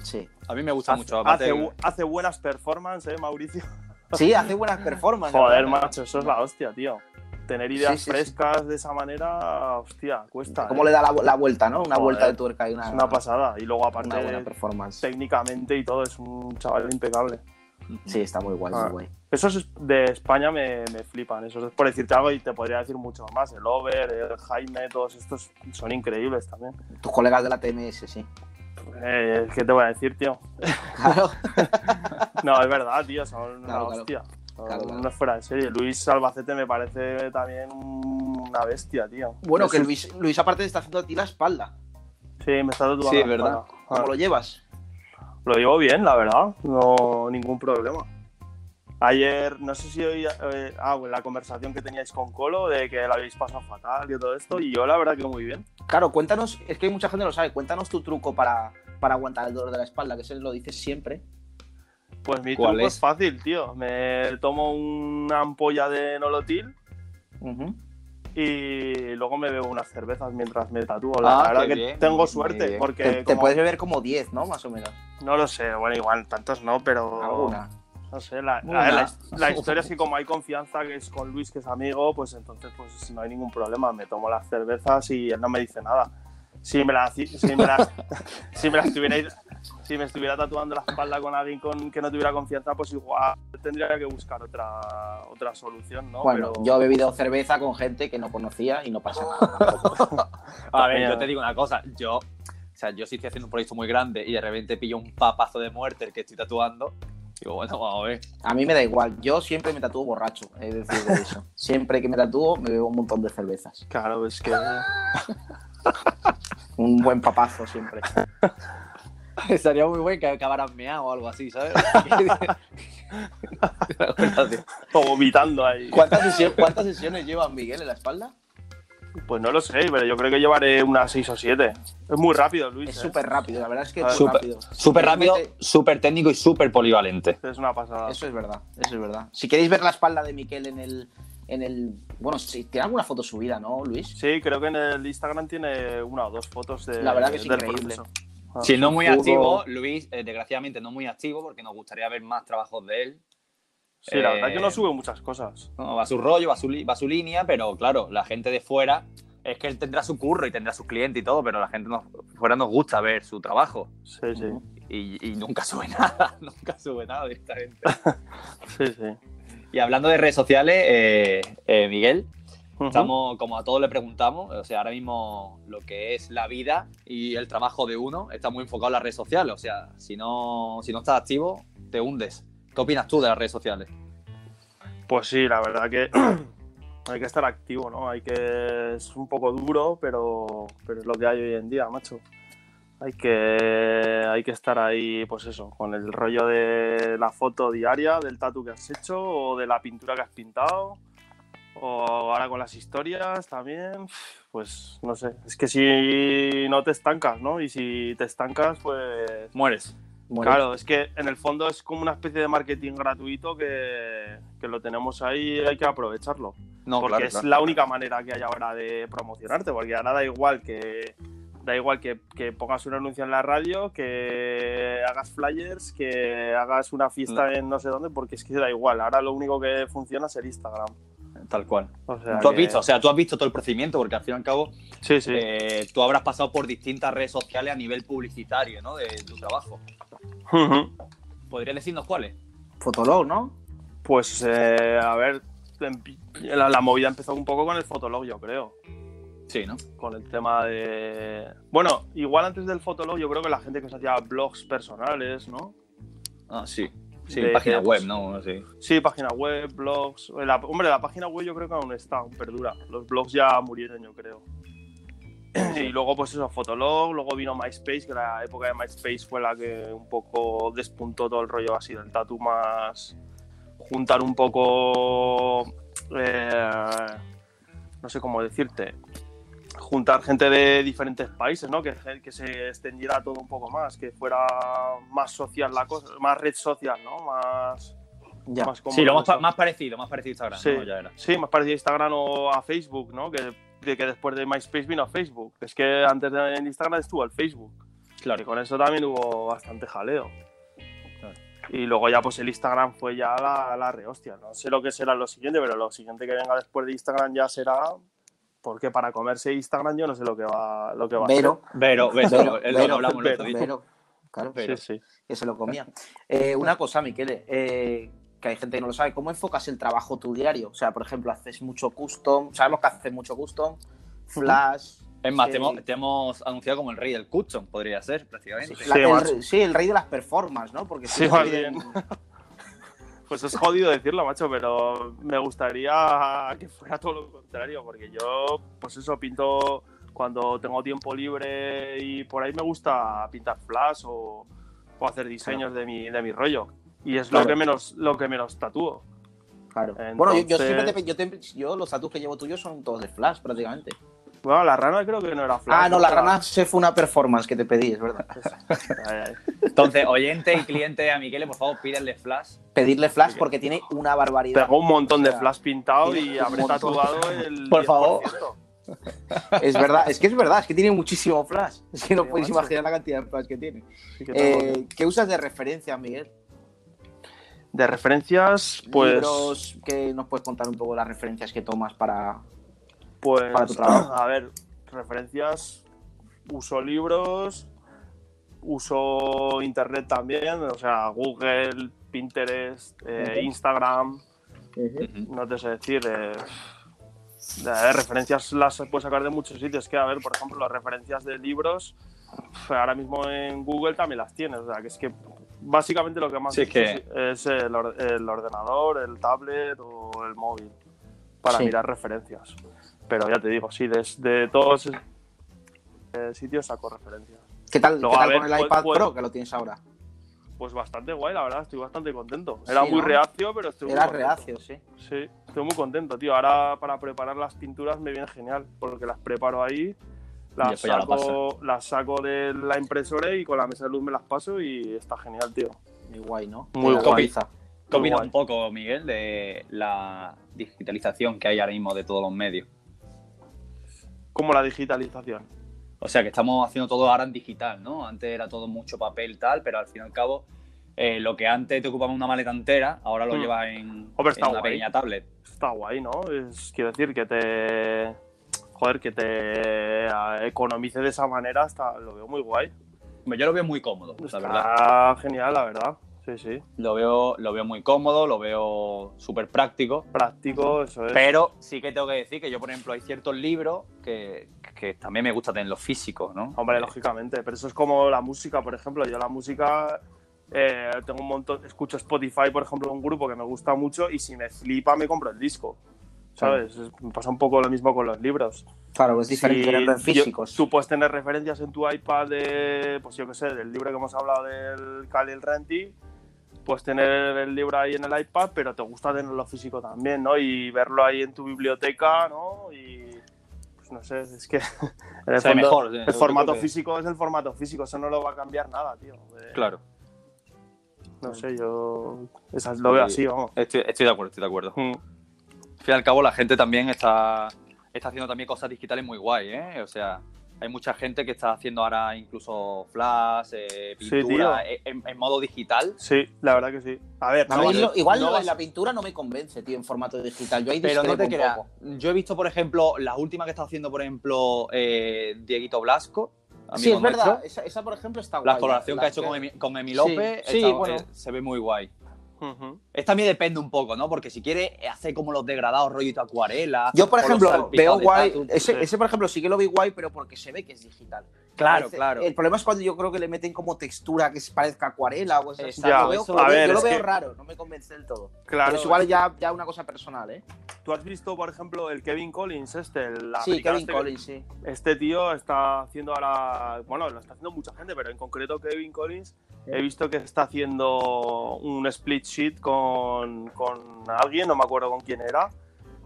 Speaker 2: Sí.
Speaker 1: A mí me gusta mucho. aparte-
Speaker 3: Hace, bu- hace buenas performances, ¿eh, Mauricio? [laughs]
Speaker 2: Sí, hace buenas performances.
Speaker 3: Joder,
Speaker 2: la verdad.
Speaker 3: macho, eso es la hostia, tío. Tener
Speaker 2: Sí,
Speaker 3: ideas
Speaker 2: sí, sí.
Speaker 3: frescas de esa manera, hostia, cuesta.
Speaker 2: ¿Cómo
Speaker 3: ¿eh?
Speaker 2: le da la, la vuelta, no? Una
Speaker 3: Joder.
Speaker 2: vuelta de tuerca y una,
Speaker 3: Es una pasada. Y luego,
Speaker 2: una buena
Speaker 3: aparte,
Speaker 2: performance.
Speaker 3: técnicamente y todo, es un chaval impecable.
Speaker 2: Sí, está muy guay,
Speaker 3: Ah.
Speaker 2: muy guay.
Speaker 3: Esos de España me, me flipan. Esos, por decirte algo, y te podría decir mucho más. El Over, el Jaime, todos estos son increíbles también.
Speaker 2: Tus colegas de la TMS, [laughs] sí.
Speaker 3: Eh, ¿Qué te voy a decir, tío?
Speaker 2: Claro.
Speaker 3: No, es verdad, tío, son
Speaker 2: Claro,
Speaker 3: una
Speaker 2: claro.
Speaker 3: hostia. Son
Speaker 2: Claro, claro.
Speaker 3: una fuera de serie. Luis Albacete me parece también una bestia, tío.
Speaker 2: Bueno,
Speaker 3: Es
Speaker 2: que
Speaker 3: un-
Speaker 2: Luis, Luis aparte te está haciendo a ti la espalda.
Speaker 3: Sí, me está tatuando.
Speaker 1: Sí,
Speaker 3: la
Speaker 1: verdad.
Speaker 3: espalda.
Speaker 2: ¿Cómo lo llevas?
Speaker 3: Lo llevo bien, la verdad. No, ningún problema. Ayer, no sé si hoy. eh, ah, bueno, la conversación que teníais con Colo de que la habéis pasado fatal y todo esto. Y yo, la verdad, que muy bien.
Speaker 2: Claro, cuéntanos, es que mucha gente lo sabe, cuéntanos tu truco para, para aguantar el dolor de la espalda, que se lo dices siempre.
Speaker 3: Pues mi
Speaker 1: ¿Cuál
Speaker 3: truco es?
Speaker 1: es?
Speaker 3: fácil, tío. Me tomo una ampolla de Nolotil y luego me bebo unas cervezas mientras me tatúo. La
Speaker 1: Ah,
Speaker 3: verdad
Speaker 1: qué
Speaker 3: que
Speaker 1: bien,
Speaker 3: tengo
Speaker 1: muy
Speaker 3: suerte
Speaker 1: bien.
Speaker 3: porque.
Speaker 2: Te, te
Speaker 3: como-
Speaker 2: puedes beber como 10, ¿no? Más o menos.
Speaker 3: No lo sé, bueno, igual tantos no, pero.
Speaker 2: Alguna.
Speaker 3: No sé, la, a
Speaker 1: Una.
Speaker 3: ver, la-
Speaker 2: [laughs]
Speaker 3: la historia es que como hay confianza que es con Luis, que es amigo, pues entonces pues no hay ningún problema. Me tomo las cervezas y él no me dice nada. Si me las, si me las- [laughs] si me las tuviera, si me estuviera tatuando la espalda con alguien con, que no tuviera confianza, pues igual tendría que buscar otra, otra solución, ¿no?
Speaker 2: bueno,
Speaker 3: Pero-
Speaker 2: yo he bebido cerveza con gente que no conocía y no pasa nada.
Speaker 1: A ver,
Speaker 3: Mira.
Speaker 1: yo te digo una cosa. Yo, sea, yo si estoy haciendo un proyecto muy grande y de repente pillo un papazo de muerte el que estoy tatuando, digo, bueno, vamos a ver. [laughs]
Speaker 2: A mí me da igual, yo siempre me tatúo borracho, es decir, de [laughs] eso. Siempre que me tatúo me bebo un montón de cervezas.
Speaker 3: Claro, es que.
Speaker 2: Un buen papazo siempre.
Speaker 1: [laughs] Estaría muy bueno que acabaran meado o algo así, [laughs] ¿sabes?
Speaker 3: o vomitando ahí.
Speaker 2: ¿Cuántas sesiones, ¿Cuántas sesiones lleva Miguel en la espalda?
Speaker 3: Pues no lo sé, pero yo creo que llevaré unas 6 o 7. Es muy rápido, Luis.
Speaker 2: Es
Speaker 3: ¿eh?
Speaker 2: súper rápido, la verdad es que es
Speaker 3: Ah.
Speaker 2: muy
Speaker 1: Súper-
Speaker 2: rápido.
Speaker 1: Súper rápido,
Speaker 2: Realmente,
Speaker 1: súper técnico y súper polivalente.
Speaker 3: Es una pasada.
Speaker 2: Eso es verdad, eso es verdad. Si queréis ver la espalda de Miguel en el. En el bueno, si tiene alguna foto subida, ¿no, Luis?
Speaker 3: Sí, creo que en el Instagram tiene una o dos fotos de,
Speaker 2: La verdad que es
Speaker 3: del
Speaker 2: increíble.
Speaker 3: proceso. Ah,
Speaker 1: Si no muy
Speaker 2: Hugo-
Speaker 1: activo, Luis, eh, desgraciadamente no muy activo porque nos gustaría ver más trabajos de él.
Speaker 3: Sí, la verdad
Speaker 1: Eh,
Speaker 3: que no sube muchas cosas.
Speaker 1: No, va a su rollo, va a su, li- va a su línea, pero claro, la gente de fuera es que él tendrá su curro y tendrá sus clientes y todo, pero la gente nos- fuera nos gusta ver su trabajo
Speaker 3: Sí, sí,
Speaker 1: y, y nunca [laughs] sube nada, nunca sube nada directamente.
Speaker 3: sí, sí.
Speaker 1: Y hablando de redes sociales, eh, eh, Miguel,
Speaker 3: Ujú.
Speaker 1: estamos, como a todos le preguntamos, o sea, ahora mismo lo que es la vida y el trabajo de uno está muy enfocado en las redes sociales, o sea, si no, si no estás activo, te hundes. ¿Qué opinas tú de las redes sociales?
Speaker 3: Pues sí, la verdad que [clears throat] hay que estar activo, ¿no? Hay que es un poco duro, pero, pero es lo que hay hoy en día, macho. Hay que hay que estar ahí, pues eso, con el rollo de la foto diaria, del tatu que has hecho o de la pintura que has pintado. O ahora con las historias también, pues no sé, es que si no te estancas, ¿no? Y si te estancas, pues
Speaker 1: Mueres.
Speaker 2: Bueno,
Speaker 3: Claro, es que en el fondo es como una especie de marketing gratuito que, que lo tenemos ahí y hay que aprovecharlo.
Speaker 1: No,
Speaker 3: porque
Speaker 1: claro,
Speaker 3: es
Speaker 1: claro.
Speaker 3: la única manera que hay ahora de promocionarte, porque ahora da igual que da igual que, que pongas un anuncio en la radio, que hagas flyers, que hagas una fiesta en no sé dónde, porque es que da igual. Ahora lo único que funciona es el Instagram.
Speaker 1: tal cual.
Speaker 3: O sea
Speaker 1: Tú has
Speaker 3: que-
Speaker 1: visto, o sea, tú has visto todo el procedimiento, porque al fin y al cabo
Speaker 3: Sí, sí.
Speaker 1: eh, tú habrás pasado por distintas redes sociales a nivel publicitario, ¿no? De tu trabajo.
Speaker 3: Ujú.
Speaker 1: ¿Podrías decirnos cuáles?
Speaker 2: Fotolog, ¿no?
Speaker 3: Pues eh, a ver, em- la, la movida empezó un poco con el fotolog, yo creo.
Speaker 1: Sí, ¿no?
Speaker 3: con el tema de. Bueno, igual antes del Fotolog, yo creo que la gente que se hacía blogs personales, ¿no?
Speaker 1: Ah, sí. Sí,
Speaker 3: De-
Speaker 1: página
Speaker 3: de-
Speaker 1: web, ¿no? Sí.
Speaker 3: Sí, página web, blogs. eh, La- hombre, la página web yo creo que aún está, aún perdura. Los blogs ya murieron, yo creo. Y luego, pues eso, Fotolog, luego vino MySpace, que la época de MySpace fue la que un poco despuntó todo el rollo así del tatu más. juntar un poco. eh, no sé cómo decirte. juntar gente de diferentes países, ¿no? Que, que se extendiera todo un poco más, que fuera más social la cosa, más red social, ¿no? Más,
Speaker 2: Ya.
Speaker 3: más como
Speaker 1: Sí, lo
Speaker 3: eso.
Speaker 1: más, pa- más parecido, más parecido a Instagram,
Speaker 3: Sí.
Speaker 1: ¿no? Ya era.
Speaker 3: Sí, más parecido a Instagram o a Facebook, ¿no? Que, de que después de MySpace vino Facebook. Es que antes de en Instagram estuvo el Facebook. Y
Speaker 1: Claro.
Speaker 3: con eso también hubo bastante jaleo.
Speaker 1: Claro.
Speaker 3: Y luego ya pues el Instagram fue ya la, la rehostia. No sé lo que será lo siguiente, pero lo siguiente que venga después de Instagram ya será... Porque para comerse Instagram yo no sé lo que va, lo que va
Speaker 2: Vero.
Speaker 3: [laughs]
Speaker 1: Pero, pero,
Speaker 2: Vero,
Speaker 1: es lo que
Speaker 2: Vero,
Speaker 1: hablamos el otro día.
Speaker 2: Vero. Claro,
Speaker 3: a ser. Sí, sí.
Speaker 2: que se lo comía. Eh, una cosa, Miquel, eh, que hay gente que no lo sabe, ¿cómo enfocas el trabajo tu diario? O sea, por ejemplo, haces mucho custom, sabemos que haces mucho custom, flash.
Speaker 1: Es más,
Speaker 2: eh,
Speaker 1: te, hemos, te hemos anunciado como el rey del custom, podría ser, prácticamente.
Speaker 2: la- el-
Speaker 3: macho.
Speaker 2: sí, el rey de las performances, ¿no? Porque
Speaker 3: Sí,
Speaker 2: siempre
Speaker 3: más
Speaker 2: piden-
Speaker 3: Pues es jodido decirlo, macho, pero me gustaría que fuera todo lo contrario, porque yo, pues eso, pinto cuando tengo tiempo libre y por ahí me gusta pintar flash o, o hacer diseños de, mi, de mi rollo. Y es
Speaker 2: Claro.
Speaker 3: lo que menos lo que menos tatúo.
Speaker 2: [laughs] Claro. Bueno, yo, yo siempre
Speaker 3: Entonces-
Speaker 2: te, yo te- yo los tatuajes que llevo tuyos son todos de flash, prácticamente.
Speaker 3: Bueno, la rana creo que no era flash.
Speaker 2: ah, no, la
Speaker 3: Era-
Speaker 2: rana se fue una performance que te pedí, es
Speaker 3: [laughs]
Speaker 2: verdad.
Speaker 3: Ay, ay.
Speaker 1: Entonces, oyente y cliente a Miquel, por favor, pídanle flash.
Speaker 2: Pedirle flash porque tiene una barbaridad.
Speaker 3: Tengo un montón de
Speaker 2: O sea,
Speaker 3: flash pintado y
Speaker 2: tiene un
Speaker 3: habré
Speaker 2: montón.
Speaker 3: tatuado el.
Speaker 1: Por favor.
Speaker 3: 10%.
Speaker 2: Es verdad, es que es verdad, es que tiene muchísimo flash. [laughs] Es que no
Speaker 3: Sí,
Speaker 2: podéis
Speaker 3: macho.
Speaker 2: imaginar la cantidad de flash que tiene.
Speaker 3: Así que tengo-
Speaker 2: Eh, ¿Qué usas de referencia, Miguel?
Speaker 3: de referencias, pues.
Speaker 2: libros que nos puedes contar un poco las referencias que tomas para
Speaker 3: Pues,
Speaker 2: Para tu trabajo.
Speaker 3: a ver, referencias, uso libros, uso internet también, o sea, Google, Pinterest, eh,
Speaker 2: Ujú.
Speaker 3: Instagram, no te sé decir. eh, a ver, referencias las puedes sacar de muchos sitios, que a ver, por ejemplo, las referencias de libros, pf, ahora mismo en Google también las tienes. O sea, que es que básicamente lo que más
Speaker 1: Sí, es que-
Speaker 3: usas es el, or- el ordenador, el tablet o el móvil para
Speaker 2: Sí.
Speaker 3: mirar referencias. Pero ya te digo, sí, de, de todos eh, sitios saco referencias.
Speaker 2: ¿Qué tal,
Speaker 3: No,
Speaker 2: qué
Speaker 3: a
Speaker 2: tal
Speaker 3: ver,
Speaker 2: con el
Speaker 3: pues-
Speaker 2: iPad
Speaker 3: pues-
Speaker 2: Pro que lo tienes ahora?
Speaker 3: Pues bastante guay, la verdad, estoy bastante contento. Era
Speaker 2: Sí,
Speaker 3: muy
Speaker 2: ¿no?
Speaker 3: reacio, pero estoy muy
Speaker 2: Era
Speaker 3: contento.
Speaker 2: reacio, sí.
Speaker 3: Sí, estoy muy contento, tío. Ahora para preparar las pinturas me viene genial, porque las preparo ahí, las
Speaker 1: después ya la
Speaker 3: saco, las saco de la impresora y con la mesa de luz me las paso y está genial, tío.
Speaker 2: Muy guay, ¿no?
Speaker 3: Muy
Speaker 2: Te
Speaker 1: guay.
Speaker 2: actualiza.
Speaker 1: ¿Qué opinas
Speaker 3: guay.
Speaker 1: un poco, Miguel, de la digitalización que hay ahora mismo de todos los medios?
Speaker 3: Como la digitalización.
Speaker 1: O sea, que estamos haciendo todo ahora en digital, ¿no? Antes era todo mucho papel tal, pero al fin y al cabo, eh, lo que antes te ocupaba una maleta entera, ahora lo
Speaker 3: Mm.
Speaker 1: llevas en,
Speaker 3: Hombre,
Speaker 1: en
Speaker 3: está
Speaker 1: una
Speaker 3: guay.
Speaker 1: pequeña tablet.
Speaker 3: Está guay, ¿no? Es, quiero decir que te... Joder, que te eh, economice de esa manera, hasta lo veo muy guay.
Speaker 1: Hombre, Yo lo veo muy cómodo, la
Speaker 3: Está
Speaker 1: verdad.
Speaker 3: genial, la verdad. Sí, sí.
Speaker 1: Lo veo, lo veo muy cómodo, lo veo súper práctico.
Speaker 3: Práctico, eso es.
Speaker 1: Pero sí que tengo que decir que yo, por ejemplo, hay ciertos libros que, que también me gusta tenerlos físicos, ¿no?
Speaker 3: Hombre,
Speaker 1: Eh,
Speaker 3: lógicamente, pero eso es como la música, por ejemplo. Yo la música eh, tengo un montón, escucho Spotify, por ejemplo, un grupo que me gusta mucho y si me flipa me compro el disco. ¿Sabes? Es- Pasa un poco lo mismo con los libros.
Speaker 2: Claro, pues es diferente
Speaker 3: Si
Speaker 2: tenerlo en
Speaker 3: yo-
Speaker 2: físicos.
Speaker 3: tú puedes tener referencias en tu iPad de, pues yo qué sé, del libro que hemos hablado del Khalil Renti, puedes tener el libro ahí en el iPad, pero te gusta tenerlo físico también, ¿no? Y verlo ahí en tu biblioteca, ¿no? Y pues no sé, es que [laughs] en el
Speaker 1: o sea,
Speaker 3: fondo-
Speaker 1: mejor.
Speaker 3: el formato físico es el formato físico, eso no lo va a cambiar nada, tío. Eh,
Speaker 1: Claro,
Speaker 3: No sé, yo esas lo veo así, vamos.
Speaker 1: estoy, estoy de acuerdo, estoy de acuerdo.
Speaker 3: Mm.
Speaker 1: Al fin y al cabo, la gente también está, está haciendo también cosas digitales muy guay, ¿eh? O sea, hay mucha gente que está haciendo ahora incluso flash, eh,
Speaker 3: Sí,
Speaker 1: pintura, eh, en, en modo digital.
Speaker 3: Sí, la verdad que sí. A ver,
Speaker 2: A
Speaker 3: no
Speaker 2: mí
Speaker 3: va a ser-
Speaker 2: lo- igual
Speaker 3: no
Speaker 2: lo
Speaker 3: va
Speaker 2: de
Speaker 3: a
Speaker 2: la pintura no me convence, tío, en formato digital. Yo ahí
Speaker 1: Pero no
Speaker 2: discrepo
Speaker 1: te
Speaker 2: un
Speaker 1: creas.
Speaker 2: poco.
Speaker 1: Yo he visto, por ejemplo, la última que está haciendo, por ejemplo, eh, Dieguito Blasco.
Speaker 2: Sí,
Speaker 1: amigo
Speaker 2: es verdad.
Speaker 1: nuestro.
Speaker 2: Esa, esa, por ejemplo, está guay. ¿eh?
Speaker 1: La coloración que ha hecho con Emi, con Emi López
Speaker 2: Sí, sí,
Speaker 1: está-
Speaker 2: bueno.
Speaker 1: eh, se ve muy guay.
Speaker 3: ser- Ujú.
Speaker 1: Es también depende un poco, ¿no? Porque si quiere hacer como los degradados rollito acuarela.
Speaker 2: Yo, por
Speaker 1: o los
Speaker 2: ejemplo,
Speaker 1: salpicados
Speaker 2: veo
Speaker 1: de
Speaker 2: guay.
Speaker 1: tatu.
Speaker 2: Ese,
Speaker 3: sí.
Speaker 2: ese, por ejemplo, sí que lo vi guay, pero porque se ve que es digital.
Speaker 1: Claro,
Speaker 2: Parece-
Speaker 1: claro.
Speaker 2: El problema es cuando yo creo que le meten como textura que se parezca acuarela o cosas así.
Speaker 1: Exacto,
Speaker 2: Lo veo-
Speaker 1: eso-
Speaker 2: lo veo-
Speaker 3: a ver,
Speaker 2: yo lo
Speaker 3: es
Speaker 2: veo
Speaker 3: que-
Speaker 2: raro, no me convence del todo.
Speaker 3: Claro,
Speaker 2: pero es igual ya, ya una cosa personal, ¿eh?
Speaker 3: tú has visto, por ejemplo, el Kevin Collins, este, el
Speaker 2: Sí,
Speaker 3: americano
Speaker 2: Kevin
Speaker 3: este que-
Speaker 2: Collins, sí.
Speaker 3: Este tío está haciendo ahora, bueno, lo está haciendo mucha gente, pero en concreto Kevin Collins, he visto que está haciendo un split sheet con, con alguien, no me acuerdo con quién era,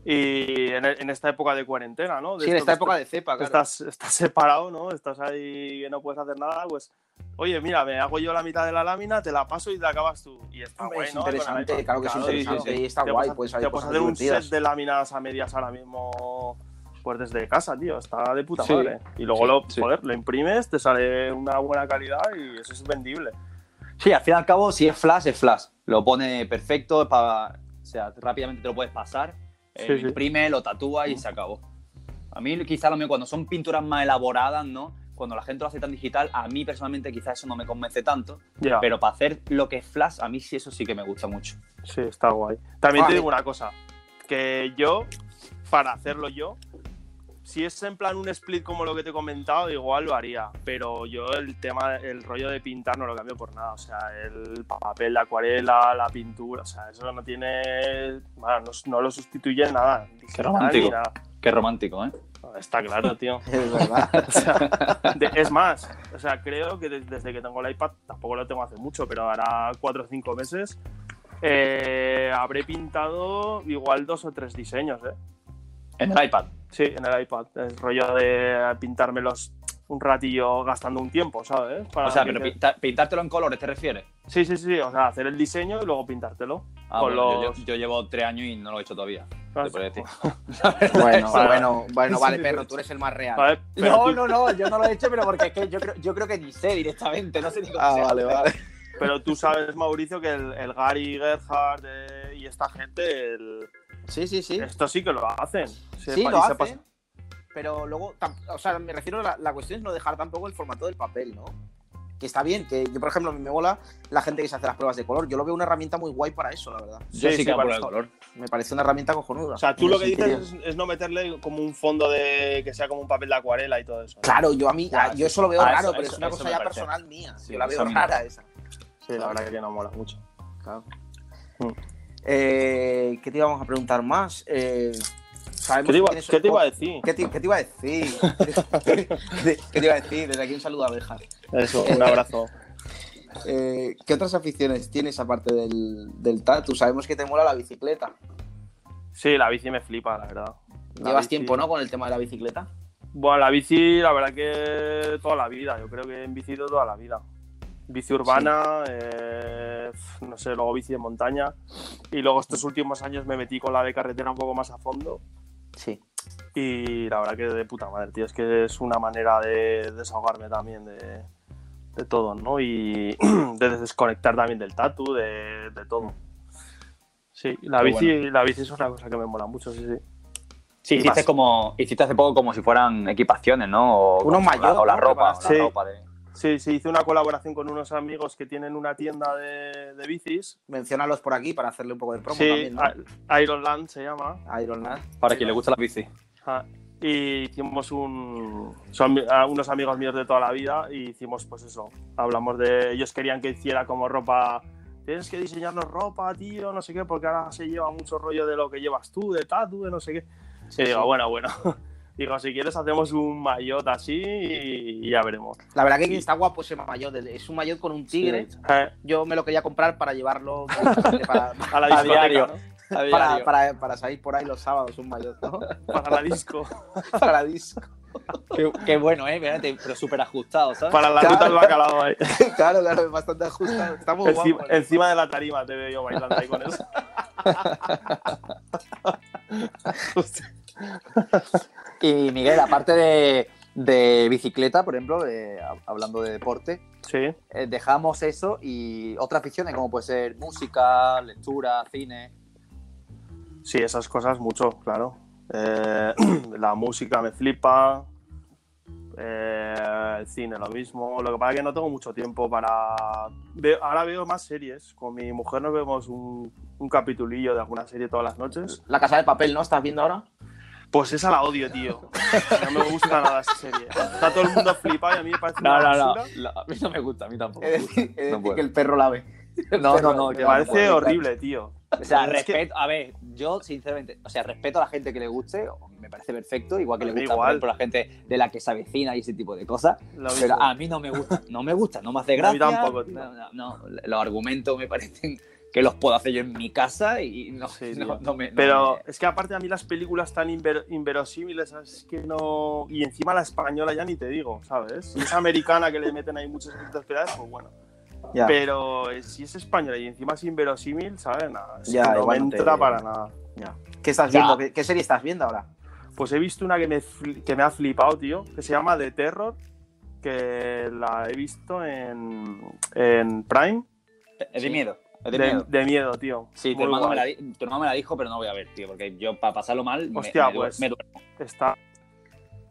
Speaker 3: y en, en esta época de cuarentena, ¿no?
Speaker 2: Sí, en
Speaker 3: esto
Speaker 2: esta
Speaker 3: que
Speaker 2: época de cepa,
Speaker 3: que
Speaker 2: claro.
Speaker 3: estás, estás separado, ¿no? Estás ahí que no puedes hacer nada, pues, oye, mira, me hago yo la mitad de la lámina, te la paso y te acabas tú. Y está
Speaker 2: Hombre,
Speaker 3: guay,
Speaker 2: es
Speaker 3: ¿no?
Speaker 2: interesante,
Speaker 3: Con la-
Speaker 2: claro que es interesante y está
Speaker 3: Te
Speaker 2: guay, pues,
Speaker 3: puedes ha-
Speaker 2: puedes salir
Speaker 3: te puedes
Speaker 2: cosas
Speaker 3: hacer un set
Speaker 2: divertidas.
Speaker 3: de láminas a medias ahora mismo, pues desde casa, tío, está de puta
Speaker 1: Sí.
Speaker 3: madre. Y luego
Speaker 1: Sí,
Speaker 3: lo,
Speaker 1: sí.
Speaker 3: joder, lo imprimes, te sale una buena calidad y eso es vendible.
Speaker 1: Sí, al fin y al cabo, si es flash, es flash. Lo pone perfecto, es pa- o sea, rápidamente te lo puedes pasar, eh,
Speaker 3: Sí,
Speaker 1: lo
Speaker 3: sí.
Speaker 1: imprime, lo tatúa y se acabó. A mí, quizá lo mío, cuando son pinturas más elaboradas, ¿no? Cuando la gente lo hace tan digital, a mí personalmente quizás eso no me convence tanto,
Speaker 3: Ya,
Speaker 1: pero para hacer lo que es flash, a mí sí eso sí que me gusta mucho.
Speaker 3: sí, está guay. También
Speaker 2: Ah,
Speaker 3: te
Speaker 2: eh.
Speaker 3: digo una cosa, que yo, para hacerlo yo, si es en plan un split como lo que te he comentado, igual lo haría. Pero yo el tema, el rollo de pintar no lo cambio por nada. O sea, el papel, la acuarela, la pintura, o sea, eso no tiene. bueno, no, no lo sustituye en nada. Digital ni
Speaker 1: romántico.
Speaker 3: nada.
Speaker 1: Qué romántico, ¿eh?
Speaker 3: Está claro, tío.
Speaker 2: [laughs] Es verdad.
Speaker 3: [laughs] O
Speaker 1: [laughs]
Speaker 3: sea, de- es más, o sea, creo que de- desde que tengo el iPad, tampoco lo tengo hace mucho, pero hará cuatro o cinco meses, eh, habré pintado igual dos o tres diseños, ¿eh?
Speaker 1: En el iPad.
Speaker 3: Sí, en el iPad. El rollo de pintármelos un ratillo gastando un tiempo, ¿sabes? Para
Speaker 1: O sea,
Speaker 3: que-
Speaker 1: pero pinta- pintártelo en colores, ¿te refieres?
Speaker 3: Sí, sí, sí, o sea, hacer el diseño y luego pintártelo.
Speaker 1: Ah,
Speaker 3: Con
Speaker 1: bueno, yo,
Speaker 3: los- Ah,
Speaker 1: yo- yo llevo tres años y no lo he hecho todavía. te podría decir.
Speaker 3: [laughs]
Speaker 1: [laughs]
Speaker 2: Bueno,
Speaker 3: Para-
Speaker 2: bueno, bueno, vale,
Speaker 3: Sí,
Speaker 2: perro, tú eres el más real.
Speaker 3: Vale, pero tú-
Speaker 1: no, no, yo no lo he hecho, pero porque es que yo creo, yo creo que ni sé directamente, no sé
Speaker 3: [laughs]
Speaker 1: ni cómo
Speaker 3: Ah,
Speaker 1: se hace.
Speaker 3: Pero tú sabes, Mauricio, que el, el Gary Gerhard eh, y esta gente, el-
Speaker 2: Sí, sí, sí.
Speaker 3: esto sí que lo hacen. Se
Speaker 2: Sí,
Speaker 3: pa-
Speaker 2: lo
Speaker 3: y se
Speaker 2: hacen.
Speaker 3: pas-
Speaker 2: Pero luego, tam- o sea, me refiero a la, la cuestión es no dejar tampoco el formato del papel, ¿no? Que está bien, que yo, por ejemplo, a mí me mola la gente que se hace las pruebas de color. Yo lo veo una herramienta muy guay para eso, la verdad.
Speaker 1: Yo
Speaker 3: Sí,
Speaker 1: sí,
Speaker 3: sí,
Speaker 1: que
Speaker 3: para
Speaker 1: apuro el
Speaker 3: esto.
Speaker 1: color.
Speaker 2: Me parece una herramienta cojonuda.
Speaker 3: O sea, tú
Speaker 2: En
Speaker 3: lo
Speaker 2: el
Speaker 3: que
Speaker 2: sentido-
Speaker 3: dices es, es no meterle como un fondo de que sea como un papel de acuarela y todo eso. ¿no?
Speaker 2: Claro, yo a mí,
Speaker 1: Ya,
Speaker 2: ah, yo
Speaker 1: sí.
Speaker 2: eso lo veo
Speaker 1: Ah,
Speaker 2: raro,
Speaker 1: eso-
Speaker 2: pero
Speaker 1: eso-
Speaker 2: es una
Speaker 1: eso
Speaker 2: cosa
Speaker 1: me
Speaker 2: ya
Speaker 1: parece.
Speaker 2: personal mía.
Speaker 1: Sí,
Speaker 2: yo la
Speaker 1: eso
Speaker 2: veo
Speaker 1: a mí me
Speaker 2: rara esa.
Speaker 3: Sí, la verdad que no mola mucho. Mm.
Speaker 2: Hmm. Eh, ¿Qué te íbamos a preguntar más? Eh, sabemos
Speaker 3: ¿Qué te iba,
Speaker 2: que tienes-
Speaker 3: qué te iba a decir?
Speaker 2: ¿Qué te, qué te iba a decir? [laughs]
Speaker 3: [laughs]
Speaker 2: ¿Qué te iba a decir? Desde aquí un saludo a Abejas. [laughs]
Speaker 3: Eso, un abrazo.
Speaker 2: Eh, ¿Qué otras aficiones tienes aparte del, del tatu? Sabemos que te mola la bicicleta.
Speaker 3: Sí, la bici me flipa, la verdad. La
Speaker 2: Llevas
Speaker 3: bici-
Speaker 2: tiempo, ¿no? Con el tema de la bicicleta.
Speaker 3: Bueno, la bici, la verdad que toda la vida. Yo creo que en bici toda la vida. Bici urbana, eh, pf, no sé, luego bici de montaña. Y luego estos últimos años me metí con la de carretera un poco más a fondo.
Speaker 2: Sí.
Speaker 3: Y la verdad que de puta madre, tío. Es que es una manera de desahogarme también de, de todo, ¿no? Y [clears throat] de desconectar también del tatu, de, de todo. Sí, la
Speaker 1: Qué
Speaker 3: bici, la bici es una cosa que me mola mucho, sí, sí.
Speaker 1: Sí,
Speaker 3: Y
Speaker 1: hiciste,
Speaker 3: vas.
Speaker 1: como, hiciste hace poco como si fueran equipaciones, ¿no? O,
Speaker 2: Unos
Speaker 1: o
Speaker 2: mayores,
Speaker 1: la, o la
Speaker 2: ¿no?
Speaker 1: ropa. o la
Speaker 3: Sí.
Speaker 1: ropa de...
Speaker 3: Sí, sí, hice una colaboración con unos amigos que tienen una tienda de, de bicis.
Speaker 2: Menciónalos por aquí para hacerle un poco de promo
Speaker 3: Sí,
Speaker 2: también, ¿no?
Speaker 3: I- Ironland se llama.
Speaker 2: Iron Man.
Speaker 1: Para quien le gusta la bici.
Speaker 3: Ah, Y hicimos un. Son a unos amigos míos de toda la vida y hicimos, pues eso. Hablamos de. Ellos querían que hiciera como ropa. Tienes que diseñarnos ropa, tío, no sé qué, porque ahora se lleva mucho rollo de lo que llevas tú, de tatu, de no sé qué. y digo, bueno, bueno. [laughs] Digo, si quieres, hacemos un maillot así y ya veremos.
Speaker 2: La verdad que está guapo ese maillot. Es un maillot con un tigre.
Speaker 3: Eh,
Speaker 2: Yo me lo quería comprar para llevarlo para,
Speaker 3: a la
Speaker 1: A
Speaker 3: discoteca,
Speaker 1: diario.
Speaker 3: ¿no?
Speaker 2: para, para- para salir por ahí los sábados un maillot, ¿no?
Speaker 3: Para la disco.
Speaker 2: Para disco. [laughs]
Speaker 1: Qué, qué bueno, ¿eh? Fíjate, pero súper ajustado, ¿sabes?
Speaker 3: Para la ruta del bacalao ahí.
Speaker 2: Claro, claro, es bastante ajustado. Está muy
Speaker 3: Encima,
Speaker 2: guapo. ¿eh?
Speaker 3: encima de la tarima te veo yo bailando ahí con eso.
Speaker 1: Y Miguel, aparte de, de bicicleta, por ejemplo, de- hab- hablando de deporte,
Speaker 3: Sí.
Speaker 1: eh, dejamos eso y otras aficiones como puede ser música, lectura, cine.
Speaker 3: Sí, esas cosas mucho, claro. Eh, [clears throat] la música me flipa. eh, el cine lo mismo. Lo que pasa es que no tengo mucho tiempo para. Ve- ahora veo más series. Con mi mujer nos vemos un, un capitulillo de alguna serie todas las noches.
Speaker 2: La casa de papel, ¿no? ¿Estás viendo ahora?
Speaker 3: Pues esa la odio, tío. No me gusta nada esa serie. Está todo el mundo flipado y a mí me parece una basura.
Speaker 1: A mí no me gusta, a mí tampoco.
Speaker 2: [laughs] He de decir, he de
Speaker 1: Oh, No
Speaker 2: decir
Speaker 1: puedo.
Speaker 2: que el perro la ve.
Speaker 1: No, no, no.
Speaker 3: Me
Speaker 1: que va, no
Speaker 3: parece
Speaker 1: puedo.
Speaker 3: horrible, tío.
Speaker 1: O sea,
Speaker 3: Es que-
Speaker 1: respeto, a ver, yo sinceramente, o sea, respeto a la gente que le guste, o me parece perfecto, igual que le
Speaker 3: A mí
Speaker 1: gusta por
Speaker 3: igual.
Speaker 1: ejemplo, a la gente de la que se avecina y ese tipo de cosas,
Speaker 3: Lo
Speaker 1: pero
Speaker 3: mismo.
Speaker 1: a mí no me gusta, no me gusta, no me hace
Speaker 3: A
Speaker 1: gracia.
Speaker 3: mí tampoco, tío.
Speaker 1: No, no, no, los argumentos me parecen que los puedo hacer yo en mi casa y no,
Speaker 3: Sí,
Speaker 1: no-
Speaker 3: tío.
Speaker 1: no me... no
Speaker 3: Pero
Speaker 1: me-
Speaker 3: es que aparte a mí las películas tan inver- inverosímiles, es que no... Y encima la española ya ni te digo, ¿sabes? Si es americana que le meten ahí muchas espectaculares, pues bueno.
Speaker 2: Ya.
Speaker 3: Pero eh, si es española y encima es inverosímil, ¿sabes? Nada, es que
Speaker 2: Ya,
Speaker 3: no me
Speaker 2: igual no te-
Speaker 3: entra para nada.
Speaker 2: ¿Qué estás
Speaker 1: Ya.
Speaker 2: viendo? ¿Qué, qué serie estás viendo ahora?
Speaker 3: Pues he visto una que me, fli- que me ha flipado, tío, que se llama The Terror, que la he visto en, en Prime.
Speaker 1: Es de miedo, es de,
Speaker 3: De,
Speaker 1: miedo.
Speaker 3: de miedo, tío.
Speaker 1: Sí, tu
Speaker 3: Muy
Speaker 1: hermano, me
Speaker 3: guay.
Speaker 1: la, di- tu hermano me la dijo, pero no voy a ver, tío, porque yo para pasarlo mal me-
Speaker 3: Hostia,
Speaker 1: me, du-
Speaker 3: pues.
Speaker 1: me duermo.
Speaker 3: está.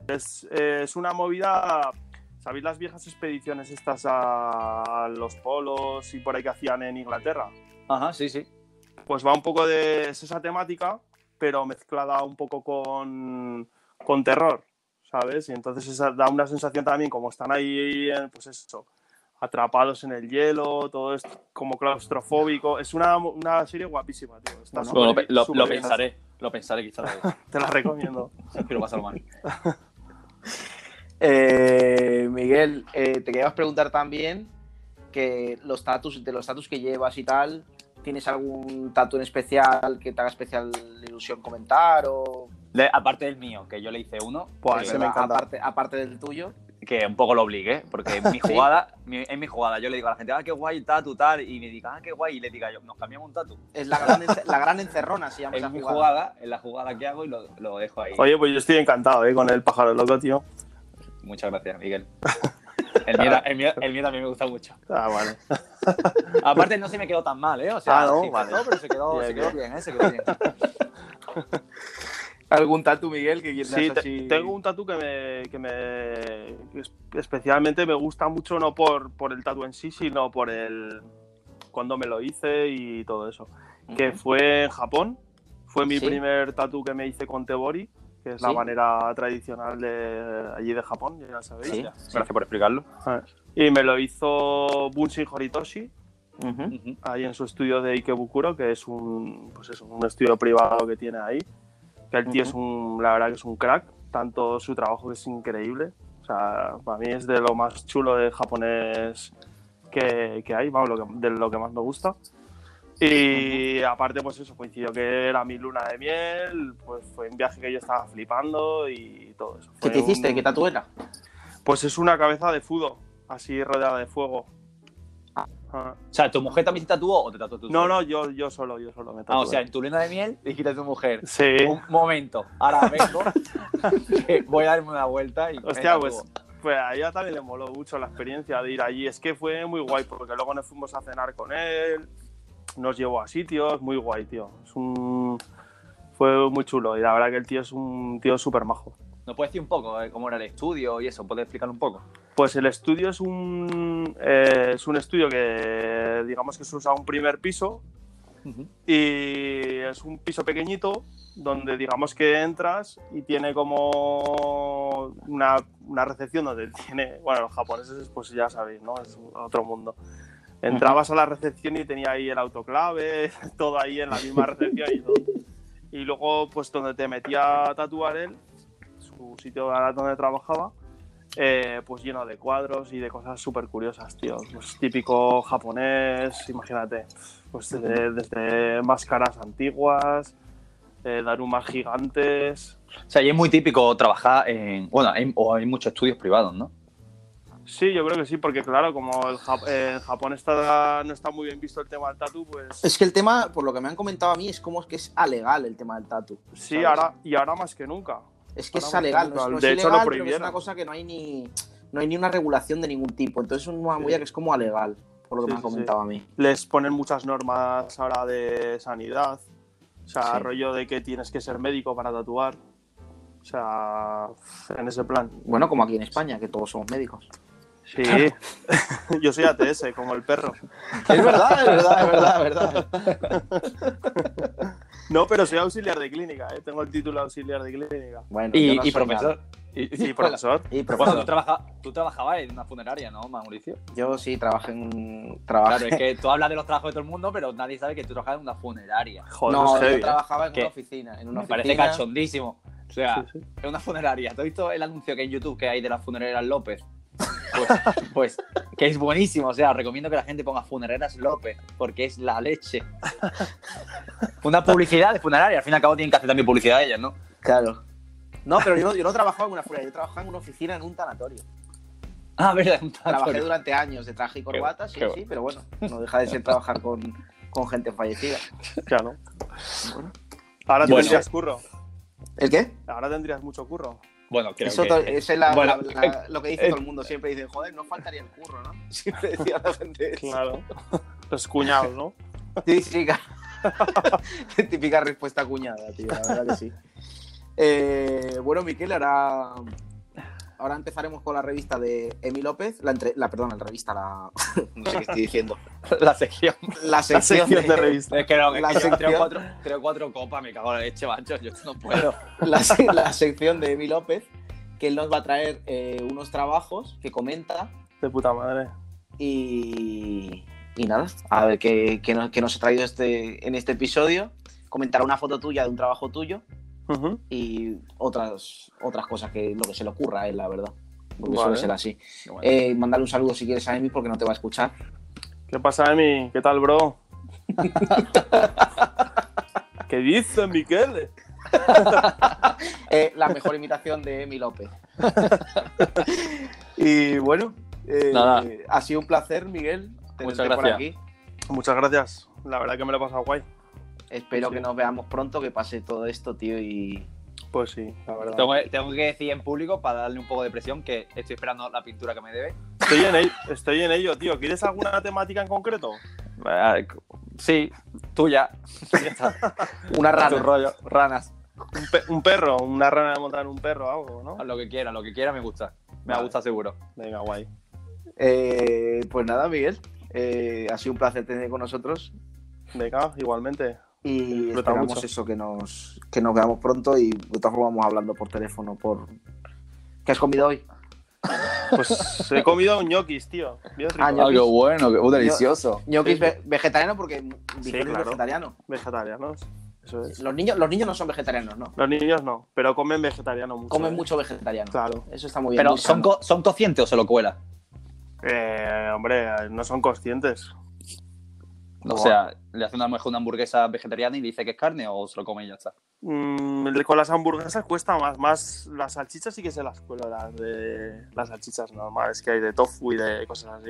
Speaker 3: Es, eh, es una movida. ¿Sabéis las viejas expediciones estas a los polos y por ahí que hacían en Inglaterra?
Speaker 1: Ajá, sí, sí.
Speaker 3: Pues va un poco de es esa temática, pero mezclada un poco con, con terror, ¿sabes? Y entonces esa- da una sensación también como están ahí, eh, pues eso, atrapados en el hielo, todo es como claustrofóbico. Es una, una serie guapísima, tío. Está
Speaker 2: Bueno,
Speaker 3: súper
Speaker 1: lo,
Speaker 3: bien-
Speaker 1: lo- lo
Speaker 3: súper bien.
Speaker 1: pensaré, lo pensaré quizás, [laughs]
Speaker 3: Te la recomiendo.
Speaker 1: quiero pasarlo mal.
Speaker 2: Eh, Miguel, eh, te queríamos preguntar también que los tatus, de los tatus que llevas y tal, ¿tienes algún tatu en especial que te haga especial ilusión comentar? O
Speaker 1: Le- aparte del mío, que yo le hice uno,
Speaker 3: Buah,
Speaker 1: que-
Speaker 3: ese me encanta.
Speaker 2: aparte, aparte del tuyo.
Speaker 1: que un poco lo obligué, porque [laughs] en mi
Speaker 2: Sí.
Speaker 1: jugada, mi- en mi jugada, yo le digo a la gente, ah, qué guay el tatu, tal, y me diga, ah, qué guay, y le diga yo, nos cambiamos un tatu.
Speaker 2: Es la gran, ence- la gran encerrona, se llama
Speaker 1: En
Speaker 2: esa
Speaker 1: mi
Speaker 2: jugada.
Speaker 1: jugada, en la jugada que hago, y lo, lo dejo ahí.
Speaker 3: Oye, pues yo estoy encantado, ¿eh? Con el pájaro loco, tío.
Speaker 1: Muchas gracias, [laughs] Miguel. El mío, el mío- el mío también me gusta mucho.
Speaker 3: Ah, vale.
Speaker 1: Aparte, no se me quedó tan mal, ¿eh? O sea,
Speaker 3: Ah, no,
Speaker 1: sí,
Speaker 3: vale.
Speaker 1: pasó, pero se quedó,
Speaker 3: Bien,
Speaker 1: se quedó
Speaker 3: bien.
Speaker 1: bien, ¿eh? Se quedó bien.
Speaker 2: ¿Algún tatu, Miguel, que quieras
Speaker 3: Sí, te-
Speaker 2: así-
Speaker 3: tengo un tatu que me, que me- que es- especialmente me gusta mucho, no por, por el tatu en sí, sino por el cuando me lo hice y todo eso. Que fue en Japón, Fue mi
Speaker 2: ¿Sí?
Speaker 3: primer tatu que me hice con Tebori, que es la
Speaker 2: ¿Sí?
Speaker 3: manera tradicional de allí de Japón, ya sabéis.
Speaker 2: Sí.
Speaker 1: Gracias por explicarlo.
Speaker 3: Y me lo hizo Bunshin Horitoshi,
Speaker 2: Ujú.
Speaker 1: Ujú.
Speaker 3: ahí en su estudio de Ikebukuro, que es un, pues eso, un estudio privado que tiene ahí. Que el tío
Speaker 2: Ujú.
Speaker 3: es un, la verdad que es un crack, tanto su trabajo que es increíble. O sea, para mí es de lo más chulo de japonés que, que hay, vamos, lo que- de lo que más me gusta. Y aparte, pues eso, coincidió que era mi luna de miel, pues fue un viaje que yo estaba flipando y todo eso.
Speaker 2: ¿Qué
Speaker 3: Fue
Speaker 2: te hiciste?
Speaker 3: un-
Speaker 2: ¿Qué tatu era?
Speaker 3: Pues es una cabeza de fudo, así rodeada de fuego. Ah.
Speaker 1: O sea, ¿tu mujer también te tatuó o te tatuó tú?
Speaker 3: No,
Speaker 1: solo?
Speaker 3: no, yo, yo solo, yo solo me ¿eh?
Speaker 1: Ah, o
Speaker 3: tatué.
Speaker 1: sea, en tu luna de miel dijiste a tu mujer.
Speaker 3: Sí.
Speaker 1: Un momento, ahora vengo. que voy a darme una vuelta y. me
Speaker 3: Hostia,
Speaker 1: tatúo".
Speaker 3: pues, pues a ella también le moló mucho la experiencia de ir allí. Es que fue muy guay, porque luego nos fuimos a cenar con él, nos llevó a sitios, muy guay, tío. Es un... Fue muy chulo y la verdad que el tío es un tío súper majo.
Speaker 1: ¿Nos puedes decir un poco eh, cómo era el estudio y eso? ¿Puedes explicar un poco?
Speaker 3: Pues el estudio es un, eh, es un estudio que digamos que se usa un primer piso
Speaker 1: Ujú.
Speaker 3: y es un piso pequeñito donde digamos que entras y tiene como una, una recepción donde tiene, bueno, los japoneses pues ya sabéis, ¿no? Es otro mundo. Entrabas a la recepción y tenía ahí el autoclave, [laughs] todo ahí en la misma recepción y todo. Y luego pues donde te metía a tatuar él, su sitio era donde trabajaba, eh, pues lleno de cuadros y de cosas súper curiosas, tío. Pues típico japonés, imagínate. Pues desde, desde máscaras antiguas, eh, darumas gigantes.
Speaker 1: O sea, y es muy típico trabajar en. Bueno, hay, o hay muchos estudios privados, ¿no?
Speaker 3: Sí, yo creo que sí, porque claro, como el Jap- eh, en Japón está, no está muy bien visto el tema del tatu, pues
Speaker 2: Es que el tema, por lo que me han comentado a mí, es como es que es alegal el tema del tatu.
Speaker 3: sí,
Speaker 2: ¿sabes?
Speaker 3: ahora, y ahora más que nunca.
Speaker 2: Es que es
Speaker 3: Ahora
Speaker 2: alegal, no
Speaker 3: bastante
Speaker 2: es, no es
Speaker 3: de hecho, lo
Speaker 2: ilegal, pero es
Speaker 3: prohibieron.
Speaker 2: una cosa que no hay ni no hay ni una regulación de ningún tipo. Entonces es una
Speaker 3: Sí.
Speaker 2: movida que es como alegal, por lo que me
Speaker 3: Sí,
Speaker 2: han
Speaker 3: sí, sí.
Speaker 2: comentado a mí.
Speaker 3: Les ponen muchas normas ahora de sanidad. O sea,
Speaker 2: Sí.
Speaker 3: rollo de que tienes que ser médico para tatuar. O sea, en ese plan.
Speaker 2: Bueno, como aquí en España, que todos somos médicos.
Speaker 3: Sí. [laughs] Yo soy ATS, como el perro.
Speaker 2: [laughs] Es verdad, es verdad, es verdad, es verdad.
Speaker 3: No, pero soy auxiliar de clínica, ¿eh? tengo el título de auxiliar de clínica.
Speaker 2: Bueno, yo
Speaker 1: Y,
Speaker 2: no
Speaker 1: y
Speaker 2: soy nada.
Speaker 1: profesor. Y, [laughs]
Speaker 3: Sí, profesor.
Speaker 2: Y
Speaker 1: Bueno, tú,
Speaker 2: profesor.
Speaker 1: trabaja- tú trabajabas en una funeraria, ¿no, Mauricio?
Speaker 2: Yo sí trabajé en... Trabajé. [laughs]
Speaker 1: Claro, es que tú hablas de los trabajos de todo el mundo, pero nadie sabe que tú trabajas en una funeraria.
Speaker 3: Joder,
Speaker 2: no,
Speaker 3: es heavy,
Speaker 2: yo
Speaker 3: ¿eh?
Speaker 2: trabajaba en
Speaker 1: ¿Qué?
Speaker 2: una oficina. En una
Speaker 1: Me parece
Speaker 2: oficina.
Speaker 1: cachondísimo. O sea,
Speaker 3: Sí, sí.
Speaker 1: es una funeraria. ¿Te has visto el anuncio que hay en YouTube que hay de las funereras López? [laughs] Pues, pues, que es buenísimo. O sea, recomiendo que la gente ponga funereras López, porque es la leche. Una publicidad de funeraria. Al fin y al cabo tienen que hacer también publicidad ellas, ¿no?
Speaker 2: Claro. No, pero yo, yo no trabajaba en una fuera, yo trabajaba en una oficina en un tanatorio.
Speaker 1: Ah, verdad. un
Speaker 2: Trabajé
Speaker 1: tanatorio.
Speaker 2: durante años de traje y corbata, sí,
Speaker 1: qué bueno.
Speaker 2: sí, pero bueno, no deja de ser trabajar con, con gente fallecida.
Speaker 3: Claro. Ahora
Speaker 1: Bueno.
Speaker 3: tendrías curro.
Speaker 2: ¿El qué?
Speaker 3: Ahora tendrías mucho curro.
Speaker 1: Bueno, creo
Speaker 2: Eso
Speaker 1: que...
Speaker 2: to- eso es la-
Speaker 1: Bueno,
Speaker 2: la- la- lo que dice
Speaker 1: eh,
Speaker 2: todo el mundo. Siempre dice, joder, no faltaría el curro, ¿no? [laughs] Siempre decía la gente eso.
Speaker 3: Claro. Los cuñados, ¿no?
Speaker 2: Sí, sí, claro. [laughs] Típica respuesta cuñada, tío, la verdad que sí. Eh, bueno, Miquel, ahora, ahora empezaremos con la revista de Emi López. La, entre- la perdón, la revista, la. [laughs] no sé qué estoy diciendo.
Speaker 1: la sección.
Speaker 2: [laughs] La
Speaker 3: La
Speaker 2: sección,
Speaker 3: sección de
Speaker 2: de-
Speaker 1: [laughs]
Speaker 3: revista.
Speaker 1: Es que no, es
Speaker 2: La
Speaker 1: que yo
Speaker 2: sección.
Speaker 1: tres o cuatro, tres o cuatro copas, me cago en la leche, macho. Yo no puedo.
Speaker 2: [laughs] la, se- la sección de Emi López, que él nos va a traer eh, unos trabajos que comenta
Speaker 3: De puta madre.
Speaker 2: y, y nada, a ver qué, qué nos, qué nos ha traído este, en este episodio. Comentará una foto tuya de un trabajo tuyo
Speaker 3: Ujú.
Speaker 2: y otras, otras cosas que lo que se le ocurra a él, la verdad. Porque
Speaker 3: Vale.
Speaker 2: suele ser así.
Speaker 3: Bueno.
Speaker 2: Eh, mandale un saludo si quieres a Emi porque no te va a escuchar.
Speaker 3: ¿Qué pasa, Emi? ¿Qué tal, bro? ¿Qué dice, Miquel?
Speaker 2: Eh, la mejor imitación de Emi López. [laughs] y bueno, eh,
Speaker 1: Nada.
Speaker 2: ha sido un placer, Miguel, tenerte
Speaker 1: Muchas
Speaker 2: por
Speaker 1: gracias.
Speaker 2: aquí.
Speaker 3: Muchas gracias. La verdad que me lo he pasado guay.
Speaker 2: Espero
Speaker 3: Sí.
Speaker 2: que nos veamos pronto, que pase todo esto, tío, y...
Speaker 3: Pues sí, la
Speaker 1: [laughs]
Speaker 3: verdad.
Speaker 1: Tengo, tengo que decir en público, para darle un poco de presión, que estoy esperando la pintura que me debe.
Speaker 3: Estoy en, ello, estoy en ello, tío. ¿Quieres alguna temática en concreto?
Speaker 1: Sí, tuya.
Speaker 2: Una
Speaker 1: Tu
Speaker 2: rana.
Speaker 1: rollo, ranas.
Speaker 3: Un, pe- un perro, una rana de montar un perro, algo, ¿no?
Speaker 1: Haz Lo que quiera, lo que quiera me gusta. Me
Speaker 3: Vale.
Speaker 1: gusta seguro.
Speaker 3: Venga, guay.
Speaker 2: Eh, pues nada, Miguel, eh, ha sido un placer tenerte con nosotros.
Speaker 3: Venga, igualmente.
Speaker 2: Y
Speaker 3: Disfruta
Speaker 2: esperamos
Speaker 3: mucho.
Speaker 2: eso, que nos, que nos veamos pronto y de todas formas vamos hablando por teléfono. por ¿Qué has comido hoy?
Speaker 3: Pues [laughs] he comido ñoquis, tío. Bien rico.
Speaker 2: Ah,
Speaker 1: Ah, qué bueno, qué- uh, delicioso.
Speaker 2: Ñoquis
Speaker 3: Sí.
Speaker 2: ve- vegetariano porque Vicente es
Speaker 3: claro.
Speaker 2: vegetariano.
Speaker 3: Vegetarianos. Eso es.
Speaker 2: Los niños, los niños no son vegetarianos, ¿no?
Speaker 3: Los niños no, pero comen vegetariano mucho.
Speaker 2: Comen
Speaker 3: ¿eh?
Speaker 2: mucho vegetariano.
Speaker 3: Claro.
Speaker 2: Eso está muy bien.
Speaker 1: Pero
Speaker 2: muy
Speaker 1: ¿son,
Speaker 2: sano.
Speaker 1: co- ¿son conscientes o se lo cuela?
Speaker 3: Eh, hombre, no son conscientes.
Speaker 1: O sea, le hace una, a lo mejor una hamburguesa vegetariana y dice que es carne o se lo come y ya está.
Speaker 3: Mm, el- con las hamburguesas cuesta más. Más las salchichas sí que se las cuelo, las de las salchichas normales que hay de tofu y de cosas así.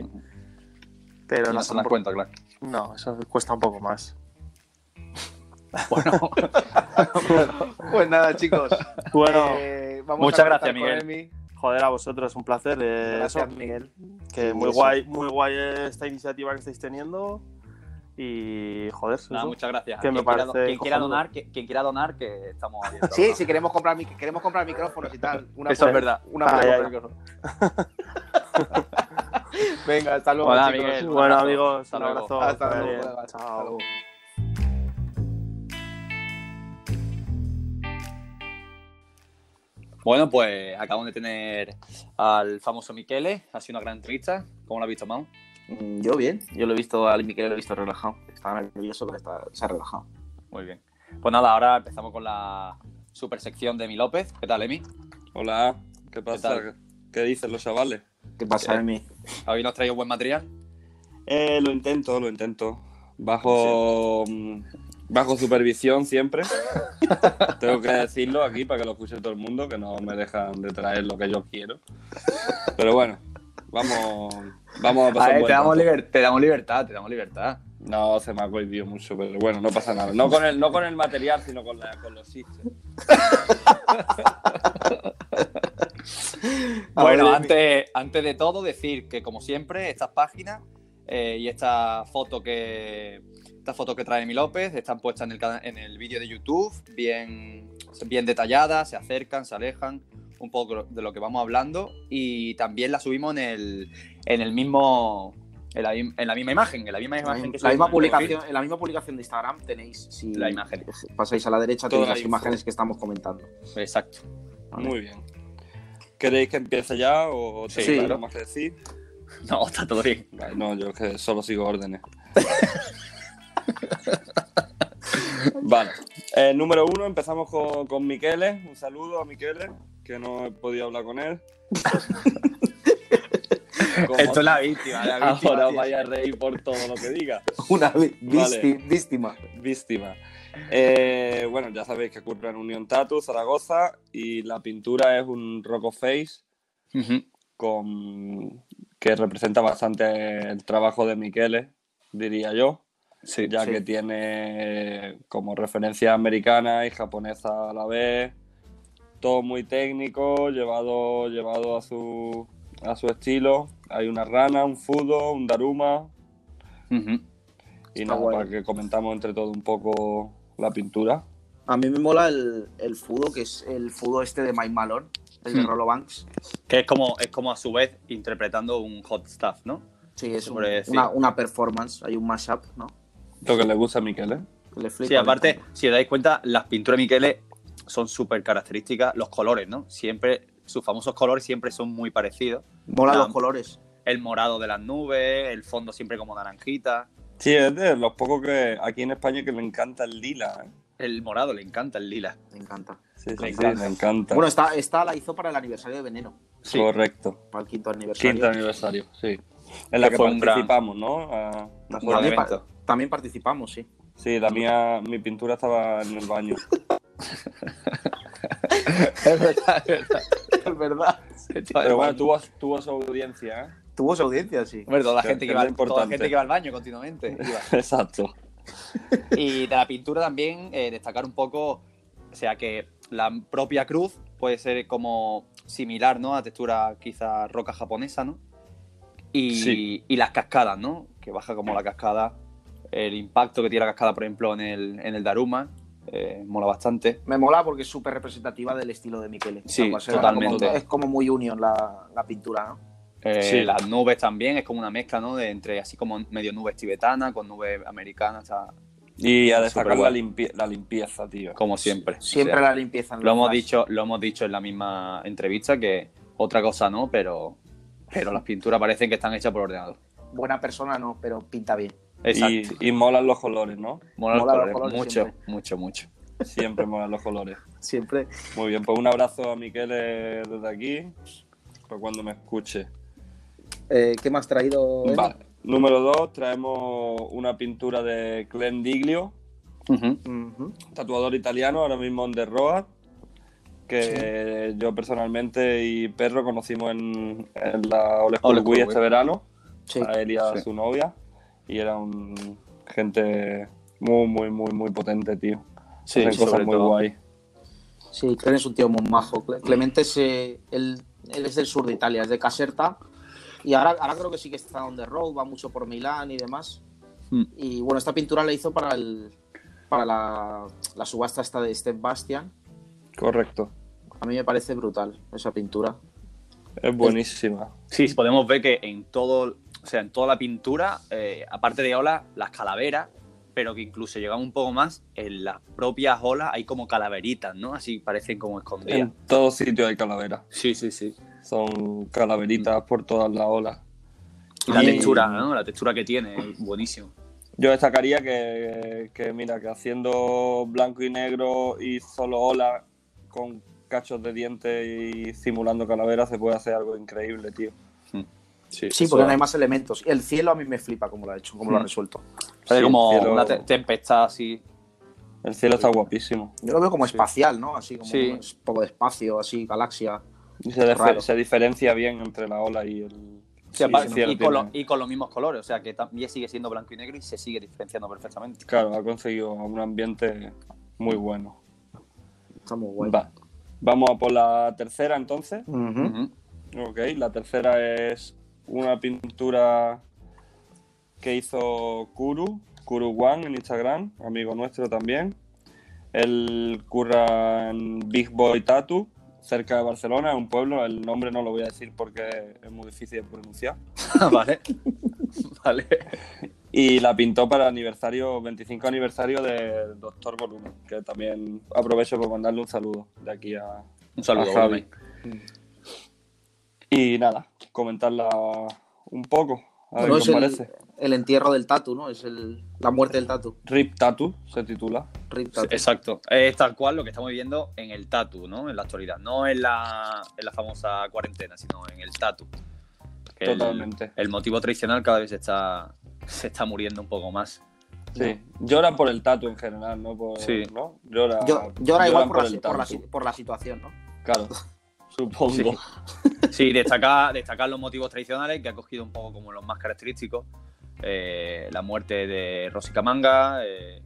Speaker 3: Pero
Speaker 1: No,
Speaker 3: las
Speaker 1: se dan
Speaker 3: hambur-
Speaker 1: cuenta, claro.
Speaker 3: No, eso cuesta un poco más.
Speaker 1: Bueno,
Speaker 2: Pues nada, [laughs] chicos.
Speaker 3: Bueno,
Speaker 2: eh, vamos
Speaker 1: muchas
Speaker 2: a cortar
Speaker 1: gracias,
Speaker 2: con
Speaker 1: Miguel.
Speaker 2: Emi.
Speaker 3: joder, a vosotros, un placer. eh,
Speaker 2: Gracias,
Speaker 3: eso,
Speaker 2: Miguel.
Speaker 3: que
Speaker 2: y
Speaker 3: muy
Speaker 2: eso.
Speaker 3: guay, muy guay esta iniciativa que estáis teniendo. Y joder,
Speaker 1: nada,
Speaker 3: eso.
Speaker 1: muchas gracias.
Speaker 3: Que me
Speaker 1: Quien quiera,
Speaker 3: parece
Speaker 1: quien quiera
Speaker 3: cojonudo.
Speaker 1: donar, que- quien quiera donar, que estamos abiertos.
Speaker 2: Sí,
Speaker 1: ¿no?
Speaker 2: si queremos comprar, mic- queremos comprar micrófonos y tal. Una
Speaker 1: Eso es
Speaker 2: podemos-
Speaker 1: verdad.
Speaker 2: Una
Speaker 3: Ah,
Speaker 2: podemos
Speaker 3: ya, ya.
Speaker 2: comprar. [laughs] Venga, hasta luego.
Speaker 1: Hola,
Speaker 2: chicos.
Speaker 1: Miguel.
Speaker 3: Bueno,
Speaker 1: abrazo.
Speaker 3: amigos,
Speaker 1: Hasta
Speaker 3: un
Speaker 1: luego.
Speaker 3: abrazo.
Speaker 2: Hasta
Speaker 3: Muy
Speaker 2: luego,
Speaker 3: bien.
Speaker 2: colegas. Hasta
Speaker 3: Chao.
Speaker 2: luego.
Speaker 1: Bueno, pues acabamos de tener al famoso Miquele. Ha sido una gran entrevista. ¿Cómo la has visto, Mau?
Speaker 2: Mm, Yo bien, yo lo he visto al Miquel, lo he visto relajado. Estaba nervioso, pero está, se ha relajado.
Speaker 1: Muy bien. Pues nada, ahora empezamos con la super sección de Emi López. ¿Qué tal, Emi?
Speaker 4: Hola, ¿qué pasa?
Speaker 1: tal?
Speaker 4: ¿Qué dicen los chavales?
Speaker 2: ¿Qué pasa,
Speaker 1: Eh,
Speaker 2: Emi?
Speaker 1: ¿Habéis nos traído buen material?
Speaker 4: Eh, lo intento, lo intento. Bajo, mm, bajo supervisión [laughs] siempre. Tengo que decirlo aquí para que lo escuche todo el mundo, que no me dejan de traer lo que yo quiero. Pero bueno, vamos, vamos a pasar un buen rato.
Speaker 1: liber- te damos libertad, te damos libertad.
Speaker 4: No, se me ha cohibido mucho, pero bueno, no pasa nada. No con el, no con el material, sino con, la- con los chistes.
Speaker 2: [laughs]
Speaker 1: Bueno,
Speaker 2: Ahora,
Speaker 1: antes, antes de todo, decir que, como siempre, estas páginas eh, y esta foto que esta foto que trae Emi López están puestas en el, cana- en el vídeo de YouTube, bien, bien detalladas, se acercan, se alejan, un poco de lo que vamos hablando. Y también la subimos en el, en el mismo. En la, im- en la misma imagen, en la misma imagen que
Speaker 2: la
Speaker 1: subimos en
Speaker 2: misma
Speaker 1: el
Speaker 2: publicación, en la misma publicación de Instagram tenéis, si
Speaker 1: La imagen.
Speaker 2: pasáis a la derecha,
Speaker 4: Toda
Speaker 2: tenéis
Speaker 4: la
Speaker 2: las
Speaker 4: info.
Speaker 2: imágenes que estamos comentando. [laughs]
Speaker 1: perfil. Exacto.
Speaker 2: Vale.
Speaker 4: Muy bien. ¿Queréis que empiece ya o
Speaker 1: Sí,
Speaker 4: tenéis algo
Speaker 1: claro.
Speaker 4: más que decir?
Speaker 1: No, está todo bien.
Speaker 4: Vale, No, yo es que solo sigo órdenes. vale. Eh, número uno, empezamos con, con Miquele. Un saludo a Miquele, que no he podido hablar
Speaker 1: [laughs]
Speaker 4: con él. Como-
Speaker 1: la víctima, la
Speaker 4: Ahora vaya a reír por todo lo que diga.
Speaker 2: Una vi-
Speaker 4: Vale.
Speaker 2: vísti- víctima.
Speaker 4: Víctima. Eh, bueno, ya sabéis que ocurre en Unión Tatu, Zaragoza, y la pintura es un roco face con... que representa bastante el trabajo de Miquele, diría yo.
Speaker 1: Sí,
Speaker 4: ya
Speaker 2: Sí.
Speaker 4: que tiene como referencia americana y japonesa a la vez. Todo muy técnico, llevado, llevado a, su, a su estilo. Hay una rana, un fudo, un daruma.
Speaker 1: Ujú.
Speaker 4: Y
Speaker 2: Está
Speaker 4: nada,
Speaker 2: guay.
Speaker 4: para que comentamos entre todos un poco la pintura.
Speaker 2: A mí me mola el, el fudo, que es el fudo este de Mike Malone, el de
Speaker 1: Hmm.
Speaker 2: Rollo Banks.
Speaker 1: Que es como, es como a su vez interpretando un hot stuff, ¿no?
Speaker 2: Sí, es
Speaker 1: Se
Speaker 2: un-
Speaker 1: puede decir.
Speaker 2: una, una performance, hay un mashup, ¿no?
Speaker 4: Lo que le gusta a Miquel,
Speaker 2: Le flipa,
Speaker 1: Sí,
Speaker 2: le
Speaker 1: aparte,
Speaker 2: encanta.
Speaker 1: si os dais cuenta, las pinturas de Michele son súper características, los colores, ¿no? Siempre, sus famosos colores siempre son muy parecidos.
Speaker 2: Mola
Speaker 1: la-
Speaker 2: los colores.
Speaker 1: El morado de las nubes, el fondo siempre como naranjita.
Speaker 4: Sí, es de los pocos que aquí en España que le encanta el lila. ¿eh?
Speaker 1: El morado le encanta, el lila.
Speaker 2: Me encanta.
Speaker 4: Sí, sí,
Speaker 1: Le
Speaker 4: sí,
Speaker 1: encanta.
Speaker 4: le encanta.
Speaker 2: Bueno, esta, esta la hizo para el aniversario de Veneno,
Speaker 1: Sí.
Speaker 4: Correcto.
Speaker 2: para el quinto aniversario.
Speaker 4: Quinto aniversario, sí. En la
Speaker 1: Que
Speaker 4: que,
Speaker 1: fue un gran-
Speaker 4: participamos, ¿no? A-
Speaker 2: También
Speaker 1: Buen
Speaker 2: pa-
Speaker 1: evento.
Speaker 2: También participamos, sí.
Speaker 4: Sí, la mía, mi pintura estaba en el [laughs] baño.
Speaker 1: [laughs] Es verdad, es verdad.
Speaker 2: [laughs] es verdad.
Speaker 4: Pero bueno, tuvo, tuvo su audiencia, ¿eh?
Speaker 2: Tuvo su audiencia, sí.
Speaker 1: Hombre, toda la,
Speaker 4: Que-
Speaker 1: gente que
Speaker 4: que
Speaker 1: va,
Speaker 4: es lo
Speaker 1: toda la
Speaker 4: importante.
Speaker 1: gente que va al baño continuamente. iba.
Speaker 4: Exacto.
Speaker 1: Y de la pintura también eh, destacar un poco, o sea, que la propia cruz puede ser como similar, ¿no? A textura quizá roca japonesa, ¿no? Y,
Speaker 4: Sí.
Speaker 1: y las cascadas, ¿no? Que baja como la cascada, el impacto que tiene la cascada, por ejemplo, en el, en el Daruma, eh, mola bastante.
Speaker 2: Me mola porque es súper representativa del estilo de Michele.
Speaker 1: Sí,
Speaker 2: O sea,
Speaker 1: totalmente.
Speaker 2: como- es como muy union la, la pintura, ¿no?
Speaker 1: Eh,
Speaker 4: Sí.
Speaker 1: Las nubes también, es como una mezcla, ¿no? De entre así como medio nubes tibetanas con nubes americanas, está,
Speaker 4: Y a destacar
Speaker 1: Superguay.
Speaker 4: la, limpie- la limpieza, tío.
Speaker 1: como siempre. O
Speaker 2: Siempre
Speaker 1: sea,
Speaker 2: la limpieza. en los
Speaker 1: lo hemos
Speaker 2: flash.
Speaker 1: dicho, lo hemos dicho en la misma entrevista que otra cosa no, pero, pero las pinturas parecen que están hechas por ordenador.
Speaker 2: Buena persona no, pero pinta bien.
Speaker 1: Exacto.
Speaker 4: Y, y molan los colores, ¿no?
Speaker 1: Mola los
Speaker 2: mola los
Speaker 1: colores,
Speaker 2: colores
Speaker 1: mucho,
Speaker 2: siempre.
Speaker 1: mucho, mucho.
Speaker 4: Siempre molan los colores.
Speaker 2: Siempre.
Speaker 4: Muy bien, pues un abrazo a Miquel eh, desde aquí, para cuando me escuche.
Speaker 2: Eh, ¿Qué más traído? Edu?
Speaker 4: Vale. Número 2, traemos una pintura de Clem Diglio,
Speaker 1: Ujú.
Speaker 2: Ujú.
Speaker 4: tatuador italiano, ahora mismo en The Road, que yo personalmente y Perro conocimos en, en la
Speaker 1: Ole
Speaker 4: Ole School
Speaker 1: School Wii.
Speaker 4: Wii este verano,
Speaker 2: Sí.
Speaker 4: a él y a
Speaker 1: Sí.
Speaker 4: su novia, y eran gente muy, muy, muy, muy potente, tío.
Speaker 1: Sí,
Speaker 4: Hacen
Speaker 1: sobre
Speaker 4: cosas muy
Speaker 1: todo.
Speaker 4: guay.
Speaker 2: Sí, Clemente es un tío muy majo. Cle- Clemente es, eh, él, él es del sur de Italia, es de Caserta. Y ahora, ahora creo que sí que está on the road, va mucho por Milán y demás.
Speaker 4: Hmm.
Speaker 1: Mm.
Speaker 2: Y bueno, esta pintura la hizo para, el, para la, la subasta esta de Step Bastian.
Speaker 4: Correcto.
Speaker 2: A mí me parece brutal esa pintura.
Speaker 4: Es buenísima.
Speaker 1: Sí, podemos ver que en todo, o sea, en toda la pintura, eh, aparte de olas, las calaveras, pero que incluso llegamos un poco más, en las propias olas hay como calaveritas, ¿no? Así parecen como escondidas.
Speaker 4: En todo sitio hay calaveras.
Speaker 1: Sí, sí, sí.
Speaker 4: Son calaveritas por todas las olas.
Speaker 1: Y la
Speaker 2: Sí.
Speaker 1: textura, ¿no? La textura que tiene, es buenísimo.
Speaker 4: Yo destacaría que, que, mira, que haciendo blanco y negro y solo olas con cachos de dientes y simulando calaveras se puede hacer algo increíble, tío.
Speaker 2: Sí, porque no hay más elementos. El cielo a mí me flipa como lo ha hecho, como lo ha
Speaker 4: Mm.
Speaker 2: resuelto.
Speaker 1: Parece
Speaker 4: Sí,
Speaker 1: como
Speaker 4: el cielo-
Speaker 1: una te- tempestad así.
Speaker 4: El cielo está guapísimo.
Speaker 2: Yo lo veo como espacial, ¿no? Así como
Speaker 1: Sí.
Speaker 2: un poco de espacio, así, galaxia.
Speaker 4: Y se, dife-
Speaker 2: Raro.
Speaker 4: se diferencia bien entre la ola y el,
Speaker 1: Sí,
Speaker 4: y
Speaker 1: aparte-
Speaker 4: el cielo.
Speaker 1: y, con lo-
Speaker 4: tiene-
Speaker 1: y con los mismos colores, o sea que también sigue siendo blanco y negro y se sigue diferenciando perfectamente.
Speaker 4: Claro, ha conseguido un ambiente muy bueno.
Speaker 2: Está muy guay.
Speaker 4: Va. Vamos a por la tercera entonces.
Speaker 2: Ujú.
Speaker 1: Ujú. [laughs]
Speaker 4: Ok, la tercera es una pintura que hizo Kuru, Kuru One en Instagram, amigo nuestro también. Él curra en Big Boy Tattoo, cerca de Barcelona, en un pueblo. El nombre no lo voy a decir porque es muy difícil de pronunciar.
Speaker 1: vale. [laughs] vale.
Speaker 4: Y la pintó para el aniversario, 25 aniversario de Doctor Volumen, que también aprovecho por mandarle un saludo de aquí a,
Speaker 1: Un saludo,
Speaker 4: a Javi. Mm.
Speaker 1: Javi.
Speaker 4: Y nada, comentarla un poco, a ver
Speaker 2: No
Speaker 4: qué
Speaker 2: es
Speaker 4: os
Speaker 2: el,
Speaker 4: parece.
Speaker 2: el entierro del tatu, ¿no? Es el, la muerte del tatu.
Speaker 4: Rip Tattoo se titula.
Speaker 2: Rip
Speaker 1: Sí,
Speaker 2: tatu.
Speaker 1: Exacto. Es tal cual lo que estamos viviendo en el tatu, ¿no? En la actualidad. No en la, en la famosa cuarentena, sino en el tatu. Que el-
Speaker 4: Totalmente.
Speaker 1: El, motivo tradicional cada vez se está, se está muriendo un poco más.
Speaker 4: Sí. Lloran por el tatu en general, ¿no? Por,
Speaker 1: Sí.
Speaker 4: ¿no? Llora,
Speaker 2: Yo, yo ahora igual
Speaker 4: lloran
Speaker 2: por, la, si- por, la,
Speaker 4: tatu.
Speaker 2: si- por la situación, ¿no?
Speaker 4: Claro. Supongo.
Speaker 1: Sí, destacar, destacar los motivos tradicionales que ha cogido un poco como los más característicos. Eh, la muerte de Rosicamanga. Eh,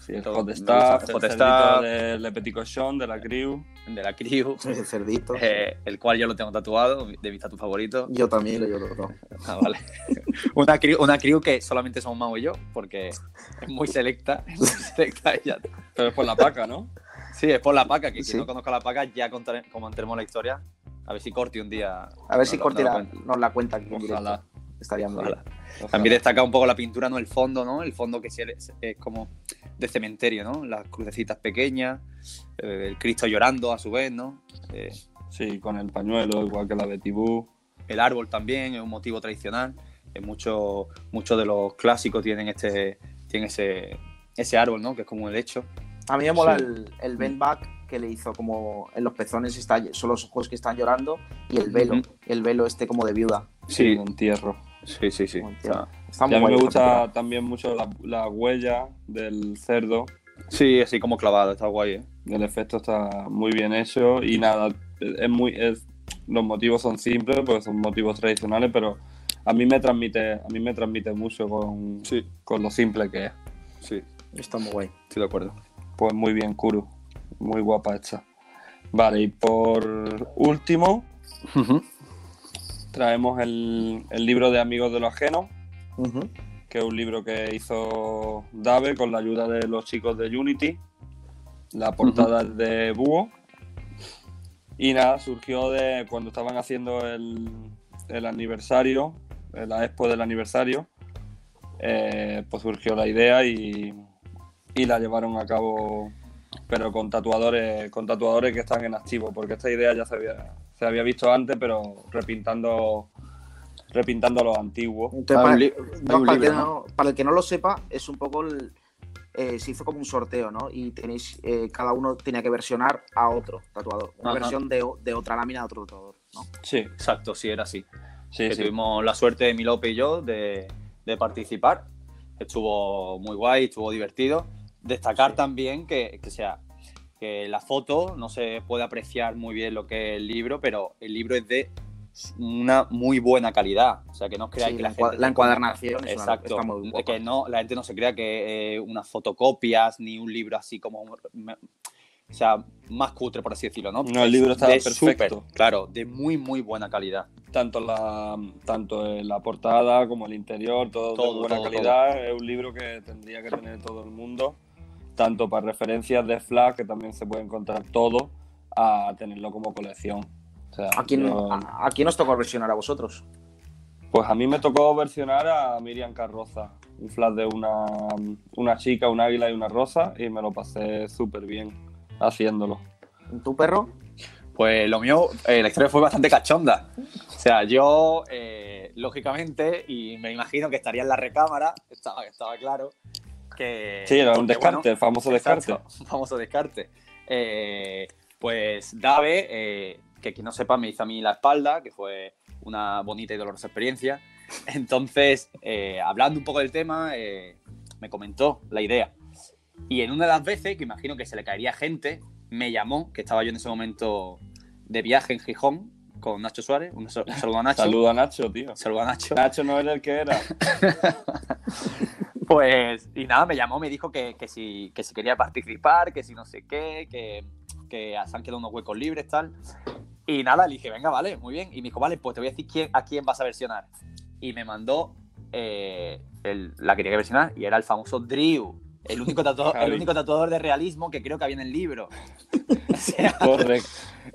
Speaker 4: Sí, el
Speaker 1: Todo-
Speaker 4: Hot Staff,
Speaker 1: el
Speaker 4: el
Speaker 1: Hot
Speaker 4: cerdito
Speaker 1: Staff.
Speaker 4: de Le Petit Cochon, de la Crew.
Speaker 1: de la [laughs] Crew,
Speaker 2: [laughs] El cerdito.
Speaker 1: [laughs] eh, el cual yo lo tengo tatuado, de mis tatu [laughs] favoritos.
Speaker 2: Yo también lo yo lo- no.
Speaker 1: Ah, vale. [laughs] una, crew, una crew que solamente somos Mau y yo, porque es muy selecta. [laughs] Es muy selecta y ya está.
Speaker 4: Pero es por la
Speaker 1: [laughs]
Speaker 4: paca, ¿no?
Speaker 1: Sí, es por la paca, que
Speaker 2: Sí.
Speaker 1: si no conozco a la paca, ya contare- comentaremos la historia. A ver si Corti un día.
Speaker 2: A ver
Speaker 1: nos
Speaker 2: si
Speaker 1: lo-
Speaker 2: Corti
Speaker 1: nos lo
Speaker 2: la-
Speaker 1: cuenta.
Speaker 2: nos la cuenta aquí en
Speaker 4: Ojalá.
Speaker 2: directo. Estaría muy
Speaker 1: Ojalá.
Speaker 2: bien.
Speaker 4: Ojalá.
Speaker 1: También destaca un poco la pintura, ¿no? El fondo, ¿no? El fondo que sí es, es como de cementerio, ¿no? Las crucecitas pequeñas, eh, el Cristo llorando a su vez, ¿no? Eh,
Speaker 4: Sí, con el pañuelo, igual que la de Tibú.
Speaker 1: el árbol también es un motivo tradicional. Eh, Muchos muchos de los clásicos tienen este tienen ese, ese árbol, ¿no? Que es como el hecho.
Speaker 2: A mí me mola
Speaker 4: Sí.
Speaker 2: el, el bend back que le hizo como en los pezones está, son los ojos que están llorando y el velo,
Speaker 1: Ujú.
Speaker 2: el velo este como de viuda.
Speaker 1: Sí.
Speaker 4: de entierro.
Speaker 1: Sí, sí, sí.
Speaker 2: Como tierra. Está
Speaker 4: Y
Speaker 2: muy
Speaker 4: a mí
Speaker 2: guay
Speaker 4: me
Speaker 2: esa
Speaker 4: gusta también mucho la, la huella del cerdo.
Speaker 1: sí, así como clavada, está guay, ¿eh?
Speaker 4: El efecto está muy bien hecho y nada, es muy es- los motivos son simples porque son motivos tradicionales, pero a mí me transmite a mí me transmite mucho con,
Speaker 1: Sí,
Speaker 4: con lo simple que es.
Speaker 1: sí,
Speaker 2: pintura. Está muy guay.
Speaker 1: estoy de acuerdo.
Speaker 4: Pues muy bien, Kuru. Muy guapa esta. Vale, y por último traemos el, el libro de Amigos de lo Ajeno,
Speaker 2: Ujú.
Speaker 4: que es un libro que hizo Dave con la ayuda de los chicos de Unity. La portada es de Búho. Y nada, surgió de cuando estaban eh, haciendo el, el aniversario, la expo del aniversario. eh, pues surgió la idea y, y la llevaron a cabo, pero con tatuadores, con tatuadores que están en activo, porque esta idea ya se había, se había visto antes, pero repintando, repintando lo antiguo.
Speaker 2: Entonces,
Speaker 1: Hay
Speaker 2: para,
Speaker 1: un li-
Speaker 2: no,
Speaker 1: hay un
Speaker 2: para el que
Speaker 1: libro,
Speaker 2: no, para el que no lo sepa, es un poco el- eh, se hizo como un sorteo, ¿no? Y tenéis, eh, cada uno tenía que versionar a otro tatuador. Una
Speaker 1: Ajá.
Speaker 2: versión de, o- de otra lámina de otro tatuador, ¿no?
Speaker 4: Sí,
Speaker 1: Exacto, sí, era así.
Speaker 4: sí,
Speaker 1: que
Speaker 4: sí.
Speaker 1: tuvimos la suerte de Milope y yo de, de participar. Estuvo muy guay, estuvo divertido. Destacar también que, que sea que la foto no se puede apreciar muy bien lo que es el libro, pero el libro es de una muy buena calidad. O sea que no os creáis
Speaker 2: Sí,
Speaker 1: que
Speaker 2: la,
Speaker 1: la,
Speaker 2: encua-
Speaker 1: gente
Speaker 2: la
Speaker 1: se compra-
Speaker 2: encuadernación es una-
Speaker 1: Exacto.
Speaker 2: está muy guapa.
Speaker 1: que no, la gente no se crea que eh, unas fotocopias ni un libro así como. un- me- o sea, más cutre, por así decirlo, ¿no?
Speaker 4: No, el libro está
Speaker 1: De
Speaker 4: perfecto.
Speaker 1: súper, claro, de muy, muy buena calidad.
Speaker 4: Tanto la, tanto en la portada como el interior, todo,
Speaker 1: Todo,
Speaker 4: de buena
Speaker 1: todo,
Speaker 4: calidad. Es un libro que tendría que tener todo el mundo, tanto para referencias de Flash, que también se puede encontrar todo, a tenerlo como colección. O sea,
Speaker 2: ¿A quién,
Speaker 4: yo-
Speaker 2: a- a quién os tocó versionar a vosotros?
Speaker 4: Pues a mí me tocó versionar a Miriam Carroza, un flash de una, una chica, un águila y una rosa, y me lo pasé súper bien haciéndolo.
Speaker 1: Eh,
Speaker 2: ¿Tu perro?
Speaker 1: Pues lo mío, eh, la historia fue bastante cachonda. O sea, yo, eh, lógicamente, y me imagino que estaría en la recámara, estaba, estaba claro, que...
Speaker 4: Sí, era un
Speaker 1: porque,
Speaker 4: descarte,
Speaker 1: bueno,
Speaker 4: el famoso descarte.
Speaker 1: exacto, [laughs] un famoso descarte. Eh, pues Dave, eh, que quien no sepa, me hizo a mí la espalda, que fue una bonita y dolorosa experiencia. [laughs] Entonces, eh, hablando un poco del tema, eh, me comentó la idea. Y en una de las veces, que imagino que se le caería gente, me llamó, que estaba yo en ese momento de viaje en Gijón con Nacho Suárez. Un sal- un saludo a Nacho.
Speaker 4: Saludo a Nacho, tío.
Speaker 1: Un saludo a Nacho.
Speaker 4: Nacho no era el que era.
Speaker 1: Pues, y nada, me llamó, me dijo que, que si, que si quería participar, que si no sé qué, que, que se han quedado unos huecos libres, tal. Y nada, le dije, venga, vale, muy bien. Y me dijo, vale, pues te voy a decir quién, a quién vas a versionar. Y me mandó eh, el- la que tenía que versionar y era el famoso Drew, el único,
Speaker 2: [laughs]
Speaker 1: tatuador, el
Speaker 4: Javi.
Speaker 1: único tatuador de realismo que creo que había en el libro. [laughs] O sea,
Speaker 4: Correcto.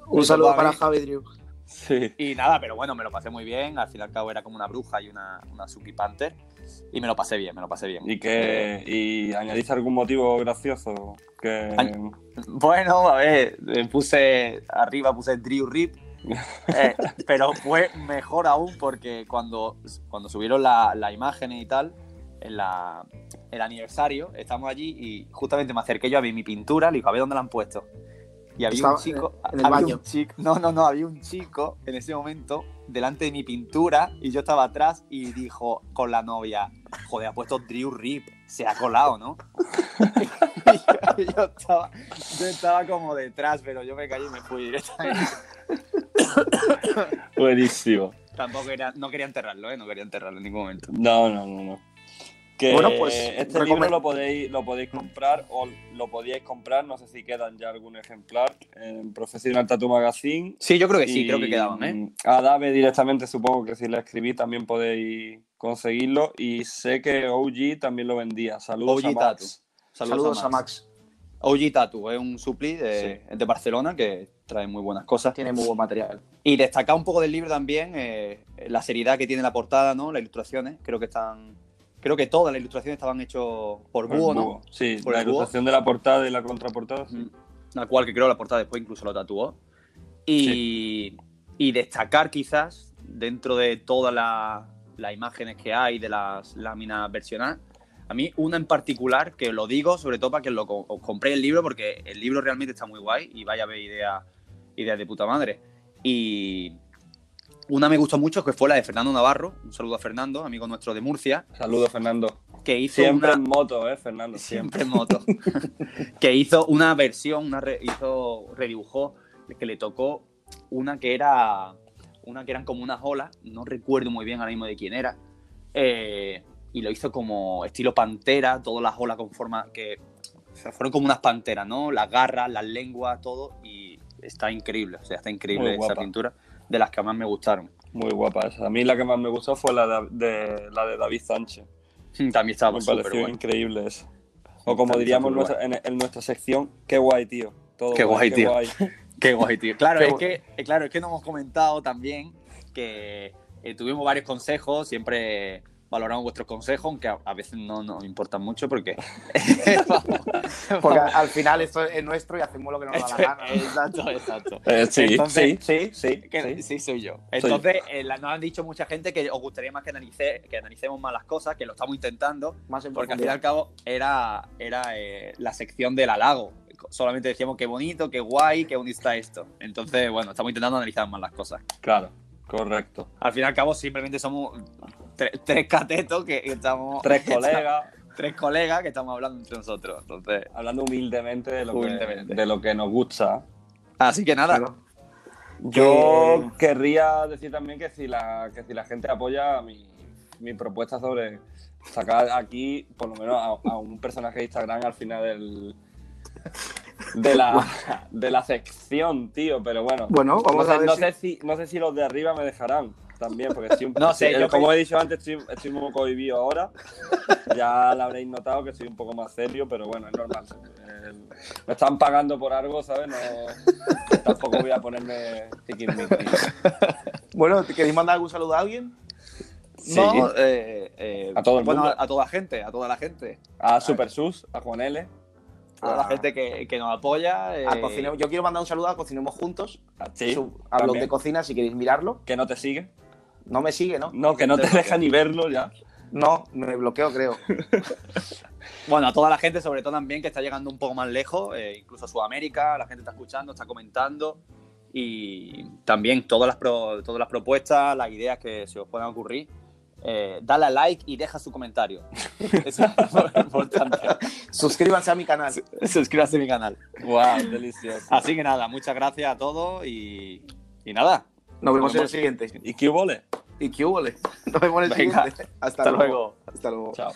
Speaker 2: Un
Speaker 1: Me
Speaker 2: saludo
Speaker 1: tocó a
Speaker 2: para
Speaker 1: mí.
Speaker 2: Javi Drew.
Speaker 4: Sí.
Speaker 1: Y nada, pero bueno, me lo pasé muy bien. Al fin y al cabo era como una bruja y una, una Suki Panther. Y me lo pasé bien, me lo pasé bien. Eh,
Speaker 4: ¿Y, que, ¿Y añadiste algún motivo gracioso? Que...
Speaker 1: Añ- Bueno, a ver, eh, puse arriba, puse Drew Rip, eh, pero fue mejor aún porque cuando, cuando subieron la, la imagen y tal, en la, el aniversario, estamos allí y justamente me acerqué yo a ver mi pintura, le digo, a ver dónde la han puesto. Y había
Speaker 2: Estaba
Speaker 1: un chico.
Speaker 2: en el
Speaker 1: había
Speaker 2: baño.
Speaker 1: un chico- no, no, no, había un chico en ese momento delante de mi pintura y yo estaba atrás y dijo con la novia, joder, ha puesto Drew Rip, se ha colado, ¿no? [laughs] y yo, y yo estaba, yo estaba como detrás, pero yo me callé y me fui [laughs] directamente.
Speaker 4: Buenísimo.
Speaker 1: Tampoco era, no quería enterrarlo, ¿eh? No quería enterrarlo en ningún momento.
Speaker 4: No, no, no, no. Que
Speaker 2: Bueno, pues,
Speaker 4: este
Speaker 2: recome-
Speaker 4: libro lo podéis, lo podéis comprar o lo podíais comprar, no sé si quedan ya algún ejemplar, en Professional Tattoo Magazine.
Speaker 1: Sí, yo creo que Pues sí,
Speaker 4: Y,
Speaker 1: creo que quedaban, ¿eh?
Speaker 4: mm, A Dave directamente supongo que si le escribís también podéis conseguirlo y sé que OG también lo vendía. Saludos
Speaker 1: OG
Speaker 4: a Max.
Speaker 2: Saludos, a Max.
Speaker 1: OG Tatu es ¿eh? un supli de, de Barcelona que trae muy buenas cosas.
Speaker 2: Tiene muy buen material.
Speaker 1: Y destacar un poco del libro también eh, la seriedad que tiene la portada, ¿no? Las ilustraciones, creo que están... Creo que todas las ilustraciones estaban hechas por
Speaker 4: Por el
Speaker 1: Búho, ¿no?
Speaker 4: búho. Sí,
Speaker 1: Por
Speaker 4: la
Speaker 1: el búho.
Speaker 4: ilustración de la portada y la contraportada. sí.
Speaker 1: Mm. la cual que creo la portada después incluso lo tatuó. Y, y destacar quizás, dentro de todas la- las imágenes que hay de las láminas versionadas, a mí una en particular, que lo digo sobre todo para que lo, co- os compréis el libro, porque el libro realmente está muy guay y vaya a ver ideas ideas de puta madre. Y una me gustó mucho, que fue la de Fernando Navarro, un saludo a Fernando, amigo nuestro de Murcia,
Speaker 4: Saludos, Fernando.
Speaker 1: que hizo
Speaker 4: Siempre
Speaker 1: una-
Speaker 4: en moto, ¿eh, Fernando?
Speaker 1: siempre
Speaker 4: Siempre.
Speaker 1: en
Speaker 4: [laughs]
Speaker 1: moto. que hizo una versión, una re- hizo, redibujó, que le tocó una que era, una que eran como unas olas, no recuerdo muy bien ahora mismo de quién era, eh, y lo hizo como estilo pantera, todas las olas con forma que o sea, fueron como unas panteras, ¿no? Las garras, las lenguas, todo, y está increíble, o sea, está increíble
Speaker 4: Muy
Speaker 1: esa
Speaker 4: guapa.
Speaker 1: pintura, de las que más me gustaron. [laughs]
Speaker 4: Muy guapa esa. A mí la que más me gustó fue la de, de- la de David Sánchez.
Speaker 1: También estaba
Speaker 4: me
Speaker 1: Ah, pues súper
Speaker 4: pareció
Speaker 1: bueno.
Speaker 4: increíble esa. O como
Speaker 1: Está-
Speaker 4: diríamos en
Speaker 1: está
Speaker 4: nuestra, en, en nuestra sección, qué guay, tío. Todo
Speaker 1: Qué guay, tío.
Speaker 4: guay.
Speaker 1: Qué guay, tío. Claro,
Speaker 4: Qué
Speaker 1: es
Speaker 4: guay.
Speaker 1: que, eh, claro, es que nos hemos comentado también que eh, tuvimos varios consejos, siempre valoramos vuestros consejos, aunque a, a veces no nos importan mucho porque...
Speaker 2: [laughs] Porque al final esto es nuestro y hacemos lo que nos da la gana. ¿no?
Speaker 1: exacto, exacto.
Speaker 4: Eh, sí,
Speaker 1: Entonces,
Speaker 4: sí.
Speaker 1: [laughs] sí, sí, que- sí,
Speaker 4: sí.
Speaker 1: soy yo. Entonces, eh, la- nos han dicho mucha gente que os gustaría más que, analice- que analicemos más las cosas, que lo estamos intentando,
Speaker 2: Más en
Speaker 1: porque al fin y
Speaker 2: profundidad.
Speaker 1: al cabo era, era eh, la sección del halago. Solamente decíamos qué bonito, qué guay, qué bonito está esto. Entonces, bueno, estamos intentando analizar más las cosas.
Speaker 4: Claro, correcto.
Speaker 1: Al fin y al cabo, simplemente somos tre- tres catetos que que estamos. [laughs]
Speaker 4: [laughs] Tres colegas
Speaker 1: tres colegas que estamos hablando entre nosotros. Entonces,
Speaker 4: hablando humildemente de lo,
Speaker 1: Humildemente.
Speaker 4: Que, de lo que nos gusta.
Speaker 1: así que nada.
Speaker 2: Claro.
Speaker 4: Yo querría decir también que si la, que si la gente apoya mi, mi propuesta sobre sacar aquí, por lo menos, a, a un personaje de Instagram al final del, de,
Speaker 2: [laughs]
Speaker 4: la, de la sección, tío. Pero bueno,
Speaker 2: Bueno, vamos
Speaker 4: no sé,
Speaker 2: a ver
Speaker 4: no
Speaker 2: si-
Speaker 4: sé si... no sé si los de arriba me dejarán también, porque estoy un-
Speaker 1: No sé,
Speaker 4: estoy-
Speaker 1: yo
Speaker 4: como
Speaker 1: pe-
Speaker 4: he dicho antes, estoy, estoy un poco vivido ahora. ya lo habréis notado que soy un poco más serio, pero bueno, es normal. Eh, me están pagando por algo, ¿sabes? No- tampoco voy a ponerme tiquismiquis.
Speaker 2: Bueno, ¿queréis mandar algún saludo a alguien?
Speaker 4: Sí.
Speaker 1: No, eh, eh,
Speaker 4: A todo el
Speaker 1: bueno,
Speaker 4: mundo.
Speaker 1: a toda la gente, a toda la gente.
Speaker 4: A Super Sus, a Juan L,
Speaker 1: A toda la
Speaker 2: Ah.
Speaker 1: gente que, que nos apoya. eh,
Speaker 2: A Cocinemos- Yo quiero mandar un saludo a Cocinemos Juntos.
Speaker 4: a ti,
Speaker 2: Su- a blog
Speaker 4: también,
Speaker 2: de cocina si queréis mirarlo.
Speaker 4: que no te sigue.
Speaker 2: No me sigue, ¿no?
Speaker 4: No, que no te deja ni verlo ya.
Speaker 2: No, me bloqueo,
Speaker 1: [laughs]
Speaker 2: creo.
Speaker 1: Bueno, a toda la gente, sobre todo también, que está llegando un poco más lejos, eh, incluso a Sudamérica, la gente está escuchando, está comentando. Y también todas las, pro- todas las propuestas, las ideas que se os puedan ocurrir, eh, dale a like y deja su
Speaker 4: [laughs]
Speaker 1: comentario. Eso es muy importante.
Speaker 2: Suscríbanse a mi canal.
Speaker 1: [laughs] Suscríbase a mi canal.
Speaker 4: Guau, delicioso.
Speaker 1: Así que nada, muchas gracias a todos y, y nada.
Speaker 2: Nos vemos en el siguiente.
Speaker 4: ¿Y qué hubo, le?
Speaker 2: ¿Y qué hubo? le? [laughs] Nos vemos en el
Speaker 1: Venga.
Speaker 2: siguiente. Hasta,
Speaker 1: Hasta luego.
Speaker 2: Hasta luego.
Speaker 4: Chao.